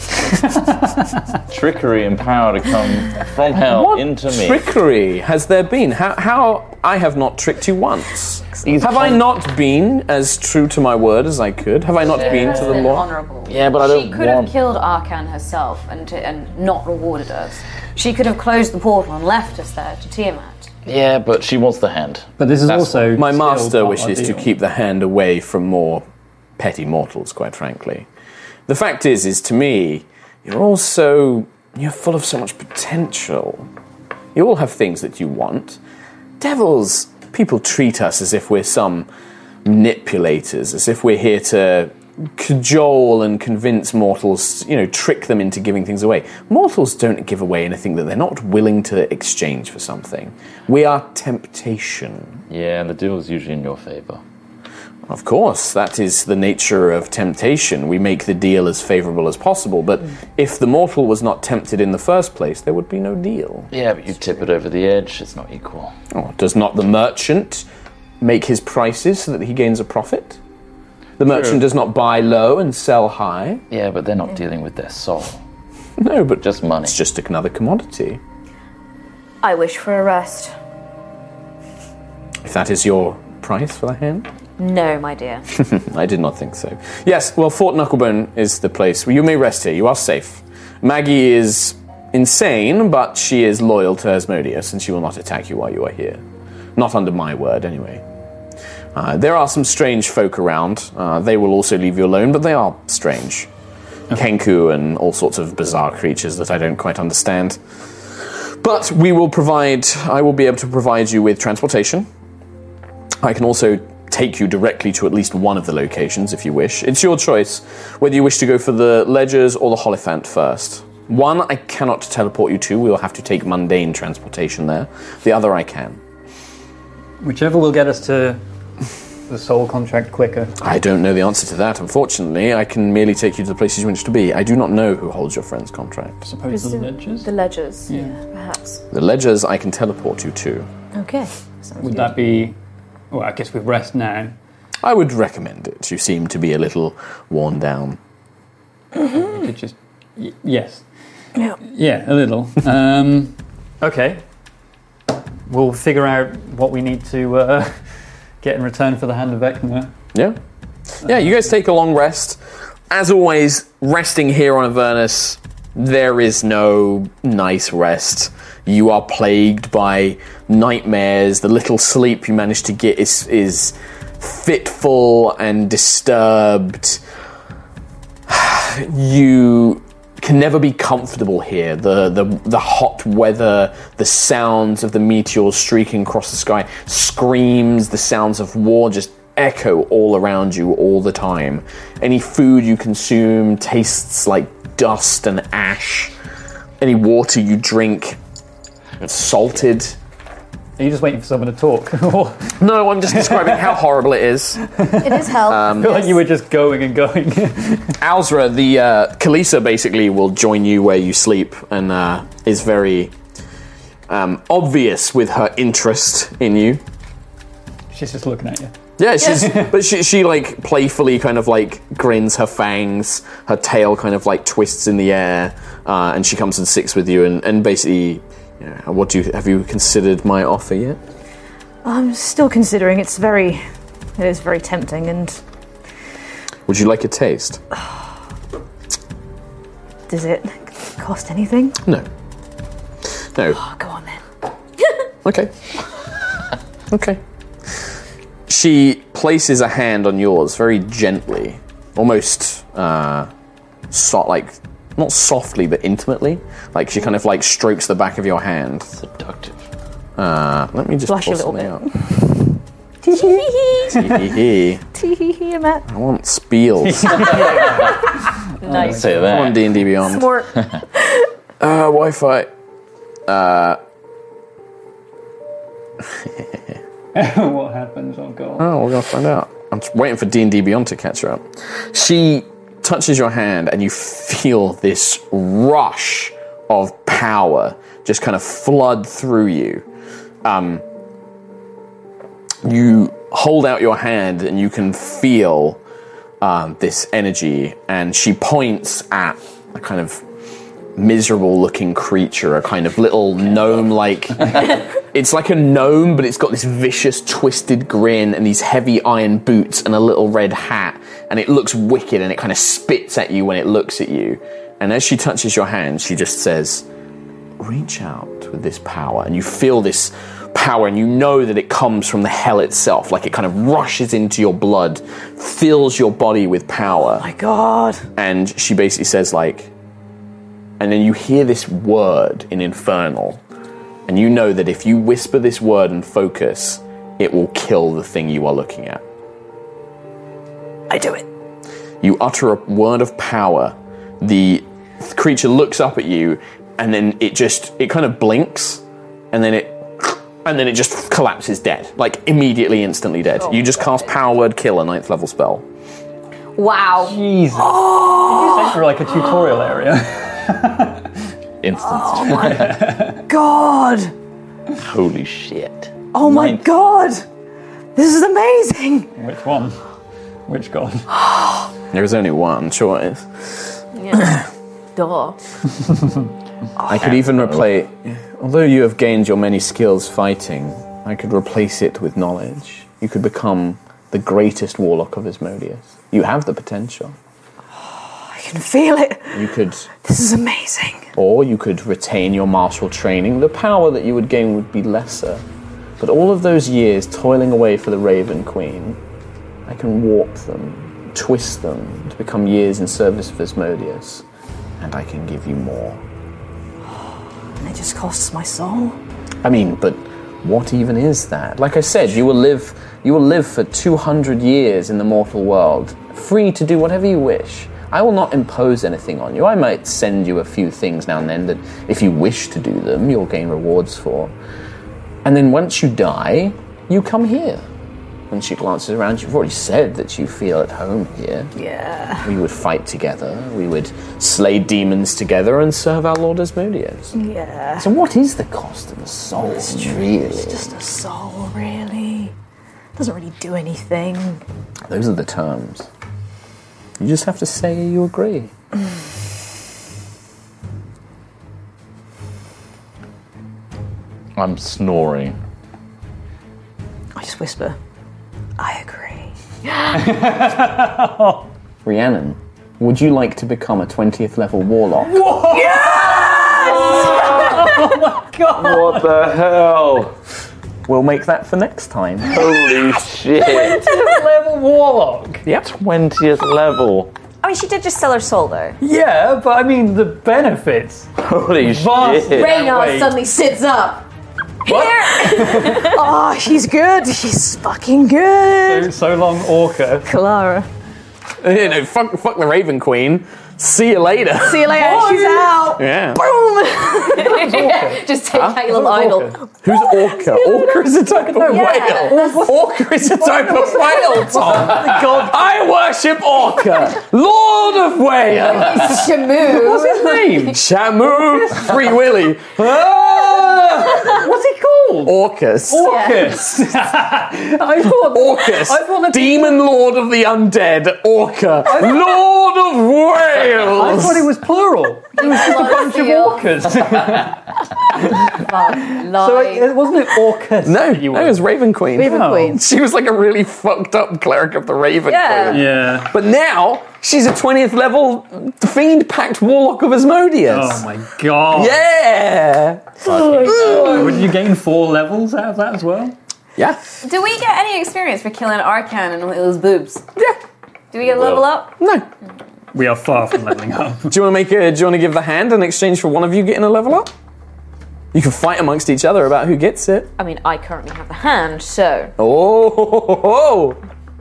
trickery and power to come from hell
What
into me.
trickery has there been? How, how I have not tricked you once. have I not been as true to my word as I could? Have I not been to the
uh, an
law?
honorable.
Yeah, but I
She
don't
could
want-
have killed Arkan herself and t- and not rewarded us. She could have closed the portal and left us there to Tiamat.
yeah, but she wants the hand.
But this is also
My
still
master
not
wishes to
ideal.
keep the hand away from more petty mortals, quite frankly. The fact is, is to me, you're all so you're full of so much potential. You all have things that you want. Devils, people treat us as if we're some manipulators, as if we're here to cajole and convince mortals, you know, trick them into giving things away. Mortals don't give away anything that they're not willing to exchange for something. We are temptation.
Yeah, and the deal is usually in your favor.
Of course, that is the nature of temptation. We make the deal as favorable as possible, but if the mortal was not tempted in the first place, there would be no deal.
Yeah, but you tip it over the edge, it's not equal.
Oh, does not the merchant make his prices so that he gains a profit? The merchant does not buy low and sell high.
Yeah, but they're not dealing with their soul.
No, but
Just money.
it's just another commodity.
I wish for a rest.
If that is your price for the hand?
No, my dear.
I did not think so. Yes, well, Fort Knucklebone is the place where you may rest here. You are safe. Maggie is insane, but she is loyal to Asmodeus, and she will not attack you while you are here. Not under my word, anyway. Uh, there are some strange folk around. Uh, they will also leave you alone, but they are strange. Kenku and all sorts of bizarre creatures that I don't quite understand. But we will provide, I will be able to provide you with transportation. I can also take you directly to at least one of the locations if you wish. It's your choice whether you wish to go for the ledgers or the Holophant first. One I cannot teleport you to, we will have to take mundane transportation there. The other I can.
Whichever will get us to the soul contract quicker.
I don't know the answer to that, unfortunately. I can merely take you to the places you wish to be. I do not know who holds your friend's contracts.
Suppose the ledgers?
The ledgers, yeah, perhaps.
The ledgers I can teleport you to.
Okay.
Would that be. Well, I guess we rest now.
I would recommend it. You seem to be a little worn down.
We could just. Y- yes. Yeah, a little. Um, okay. We'll figure out what we need to uh, get in return for the hand of Vecna.
Yeah. Yeah, you guys take a long rest. As always, resting here on Avernus, there is no nice rest. You are plagued by nightmares. The little sleep you manage to get is, is fitful and disturbed. You can never be comfortable here. The, the the hot weather, the sounds of the meteors streaking across the sky, screams, the sounds of war just echo all around you all the time. Any food you consume tastes like dust and ash. Any water you drink, it's salted.
Are you just waiting for someone to talk? Or I
No, I'm just describing how horrible it is.
It is hell.
Um,
feel like you were just going and going.
Alzra, the uh, Kalisa basically will join you where you sleep and uh, is very um, obvious with her interest in you.
She's just looking at you.
Yeah, she's but she, she like playfully kind of like grins her fangs, her tail kind of like twists in the air, uh, and she comes and sits with you and, and basically, you know, what do you have you considered my offer yet?
I'm still considering it's very. It is very tempting, and
Would you like a taste?
does it cost anything?
No. No.
Oh, go on then.
Okay. okay. She places a hand on yours very gently, almost uh, so- like not softly but intimately. Like she kind of like strokes the back of your hand.
Seductive.
Uh, let me just
Blush a
pull
little
something up.
Tee
Hee hee.
hee hee hee, Matt.
I want spiels. I
nice.
Say
want
that.
D and D Beyond.
More.
Uh, Wi-Fi. Uh,
what happens? Oh, God.
Oh, we're gonna find out. I'm just waiting for D and D Beyond to catch her up. She touches your hand, and you feel this rush of power just kind of flood through you. Um, you hold out your hand, and you can feel um, this energy. And she points at a kind of miserable-looking creature, a kind of little gnome-like it's like a gnome, but it's got this vicious, twisted grin and these heavy iron boots and a little red hat. And it looks wicked and it kind of spits at you when it looks at you. And as she touches your hand, she just says, Reach out with this power. And you feel this power and you know that it comes from the hell itself. Like it kind of rushes into your blood, fills your body with power
My God.
and she basically says like and then you hear this word in infernal and you know that if you whisper this word and focus it will kill the thing you are looking at
I do it.
you utter a word of power the creature looks up at you and then it just it kind of blinks and then it and then it just collapses dead, like immediately, instantly dead. you just cast Power Word Kill, a ninth level spell.
Wow.
Jesus. Did you say for like a tutorial area?
Instance.
Oh
God!
Holy shit.
Oh my
Ninth.
god! This is amazing!
Which one? Which god?
There is only one choice.
Yeah. Duh.
I could even replace. Although you have gained your many skills fighting, I could replace it with knowledge. You could become the greatest warlock of Asmodeus. You have the potential.
I can feel it.
You could,
This is amazing.
or you could retain your martial training. The power that you would gain would be lesser. But all of those years toiling away for the Raven Queen, I can warp them, twist them to become years in service of Asmodeus, and I can give you more.
And it just costs my soul.
I mean, but what even is that? Like I said, you will live you will live for 200 years in the mortal world, free to do whatever you wish. I will not impose anything on you. I might send you a few things now and then that if you wish to do them, you'll gain rewards for. And then once you die, you come here. When she glances around, you've already said that you feel at home here.
Yeah.
We would fight together, we would slay demons together, and serve our Lord Asmodeus.
Yeah.
So what is the cost of a soul? Really?
Just a soul, really. Doesn't really do anything.
Those are the terms. You just have to say you agree.
I'm snoring.
I just whisper, I agree.
Rhiannon, would you like to become a 20th level warlock?
What the hell?
We'll make that for next time.
Holy shit.
Level warlock.
Yep. 20th level.
I mean, she did just sell her soul, though.
Yeah, but I mean the benefits.
Holy
Vast-
shit.
Rhaegar
wait.
suddenly sits up.
Oh, she's good. She's fucking good.
So long, orca.
Clara.
you know, fuck, fuck the Raven Queen. See you later.
See you later. She's out.
yeah.
Just take out your little idol.
Who's orca? Orca is a type of whale. Orca is a type of whale, Tom. I worship orca, lord of whales.
Shamu.
What's his name? Shamu Free Willy. Ah!
What's it called?
Orcus.
Orcus. I thought
Orcus,
I thought that-
demon lord of the undead, Orca, lord of
I
Wales.
thought it was plural. It was just a bunch of
Feel.
orcas. so
Lies.
it, wasn't it orcas?
no,
you
no, it was Raven Queen.
Raven
Oh.
Queen.
She was like a really fucked up cleric of the Raven
Yeah.
Queen.
Yeah.
But now she's a 20th level fiend packed warlock of Asmodeus.
Oh my god.
yeah.
Would you gain four levels out of that as well?
Yeah.
Do we get any experience for killing Arcan and all those boobs?
Yeah.
Do we get a level up?
No. Do
We are far from leveling up.
you want to make a, do you want to give the hand in exchange for one of you getting a level up? You can fight amongst each other about who gets it.
I mean, I currently have the hand, so
Oh,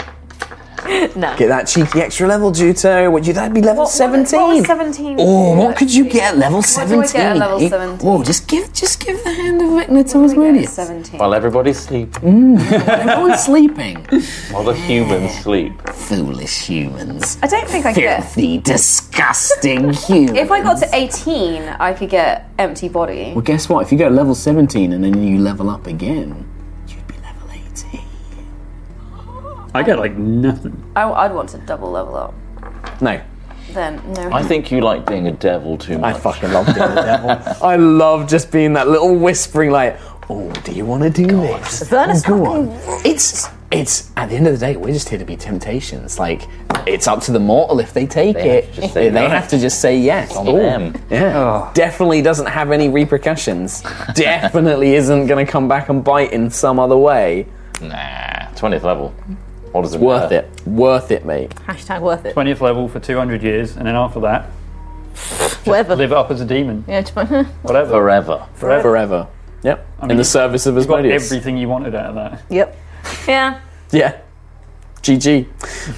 no.
Get that cheeky extra level, Juto. Would you that'd be level seventeen?
What was 17?
Oh, what could you get at level
What do I
seventeen?
get at level 17?
Whoa, just give just give the hand of Vecna to Asmodeus.
17.
While everybody sleep,
No one's sleeping.
while the humans sleep.
Foolish humans.
I don't think I get.
Filthy, disgusting humans.
If I got to 18, I could get empty body.
Well guess what? If you go to level seventeen and then you level up again, you'd be level eighteen.
I get like nothing.
I, I'd want to double level up.
No.
Then no.
I think you like being a devil too
I
much.
fucking love being the devil. I love just being that little whispering, like, "Oh, do you want to do this?"
Vernus
go on. It's it's at the end of the day, we're just here to be temptations. Like, it's up to the mortal if they take
They
it.
have to just say
they
yes.
have to just say yes.
on
Ooh.
them.
Yeah.
Oh.
Definitely doesn't have any repercussions. Definitely isn't going to come back and bite in some other way.
Nah, 20th level. What does it
Worth
matter?
it. Worth it, mate.
Hashtag worth it.
20th level for 200 years, and then after that,
Whatever.
live up as a demon.
Yeah, just, huh.
Whatever.
Forever.
Forever.
Forever. Yep.
mean,
in the service of
Got
Asmodeus.
everything you wanted out of that.
yep.
yeah.
Yeah. GG.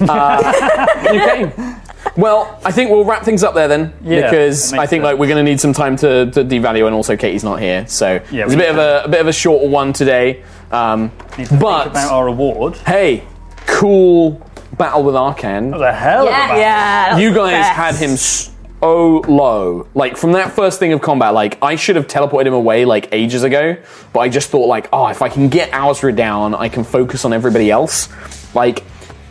Uh, you came.
Well, I think we'll wrap things up there then,
Yeah,
because
that makes
I think like we're going to need some time to, to devalue, and also Katie's not here, so
Yeah,
it's a
we-
bit of a, a bit of a shorter one today. Um,
Think
but
about our award.
hey, cool battle with Arcan.
The hell of a battle.
yeah.
you guys had him so low. Like from that first thing of combat, like I should have teleported him away like ages ago, but I just thought like, oh, if I can get Alzra down, I can focus on everybody else. Like,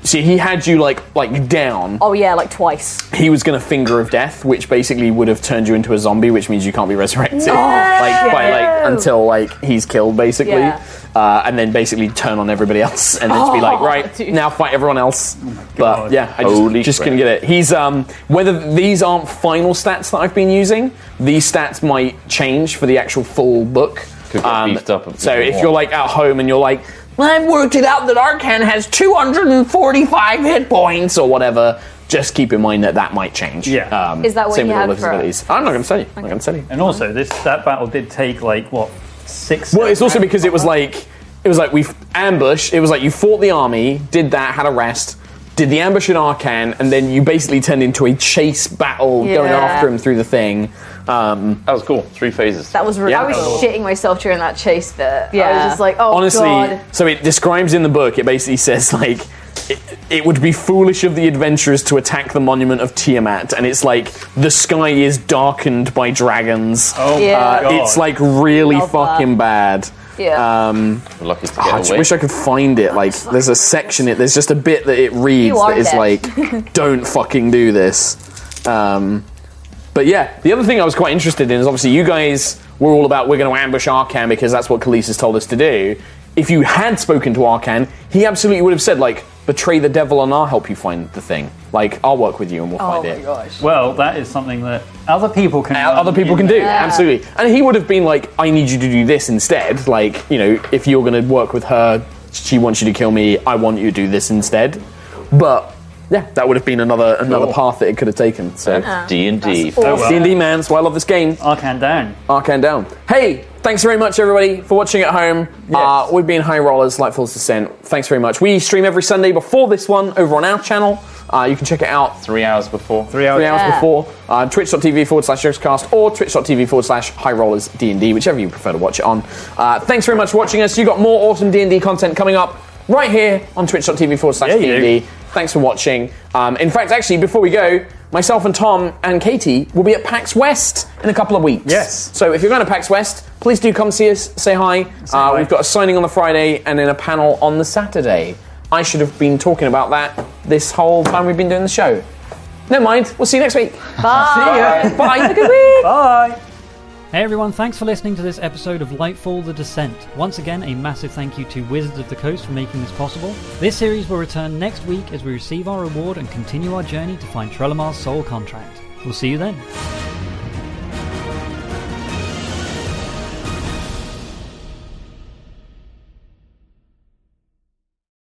see, he had you like like down.
Oh yeah, like twice.
He was gonna finger of death, which basically would have turned you into a zombie, which means you can't be resurrected. Like by like until like he's killed basically.
Yeah.
Uh, and then basically turn on everybody else, and then just be like,
Oh,
right
dude.
now, fight everyone else. But
God.
yeah, I just,
Holy
just
crap.
couldn't get it. He's um whether these aren't final stats that I've been using, these stats might change for the actual full book. Um,
Could get beefed up a bit
so if
more.
you're like "Ah, at home and you're like, I've worked it out that Arcan has 245 hit points or whatever. Just keep in mind that that might change.
Yeah.
Um,
Is that what
same
you
with all
had
of his
for us?
abilities. I'm not going to tell you. I'm not going to tell you.
And also, this that battle did take like what six.
Well, it's also because it was like it was like we f- ambush. It was like you fought the army, did that, had a rest, did the ambush in Arcan, and then you basically turned into a chase battle Oh, going
Yeah.
after him through the thing. Um,
That was cool. Three phases.
That was really.
Yeah.
I was shitting myself during that chase bit. I
Yeah.
was just like, oh
honestly,
god.
so it describes in the book. It basically says like. It, it would be foolish of the adventurers to attack the monument of Tiamat, and it's like the sky is darkened by dragons.
Oh my
Yeah.
God.
It's like really fucking bad.
Yeah.
Um,
We're lucky to
I
get
just
away.
wish I could find it. Like, there's a section. It there's just a bit that it reads
You are
that is
dead.
like, "Don't fucking do this." Um, but yeah, the other thing I was quite interested in is obviously you guys were all about we're going to ambush Arcan because that's what Khalees has told us to do. If you had spoken to Arcan, he absolutely would have said like, "Betray the devil and I'll help you find the thing. Like, I'll work with you and we'll
Oh
find it."
well, that is something that other people can.
o- other people can do. Absolutely. And he would have been like, I need you to do this instead. Like, you know, if you're going to work with her, she wants you to kill me, I want you to do this instead. But yeah, that would have been another another
Cool.
path that it could have taken. So
Uh-huh.
D and D.
Oh, well.
D&D man, that's why I love this game.
Arcan down.
Arcan down. Hey, thanks very much everybody for watching at home. Uh, we've been High Rollers, Lightfall's Descent. Thanks very much. We stream every Sunday before this one over on our channel. Uh, you can check it out
Three hours before.
Three hours.
three hours before. Uh, twitch.tv forward slash jokescast or twitch.tv forward slash high rollers D&D, whichever you prefer to watch it on. Uh, thanks very much for watching us. you got more awesome D&D content coming up right here on twitch.tv forward slash
Yeah, you
D&D. Thanks for watching. Um, in fact, actually, before we go, myself and Tom and Katie will be at PAX West in a couple of weeks.
Yes.
So if you're going to PAX West, please do come see us, say hi. Uh,
hi.
we've got a signing on the Friday and then a panel on the Saturday. I should have been talking about that this whole time we've been doing the show. Never mind. We'll see you next week. Bye. Bye. Have a good week.
Bye.
Hey everyone, thanks for listening to this episode of Lightfall The Descent. Once again, a massive thank you to Wizards of the Coast for making this possible. This series will return next week as we receive our reward and continue our journey to find Trelamar's soul contract. We'll see you then.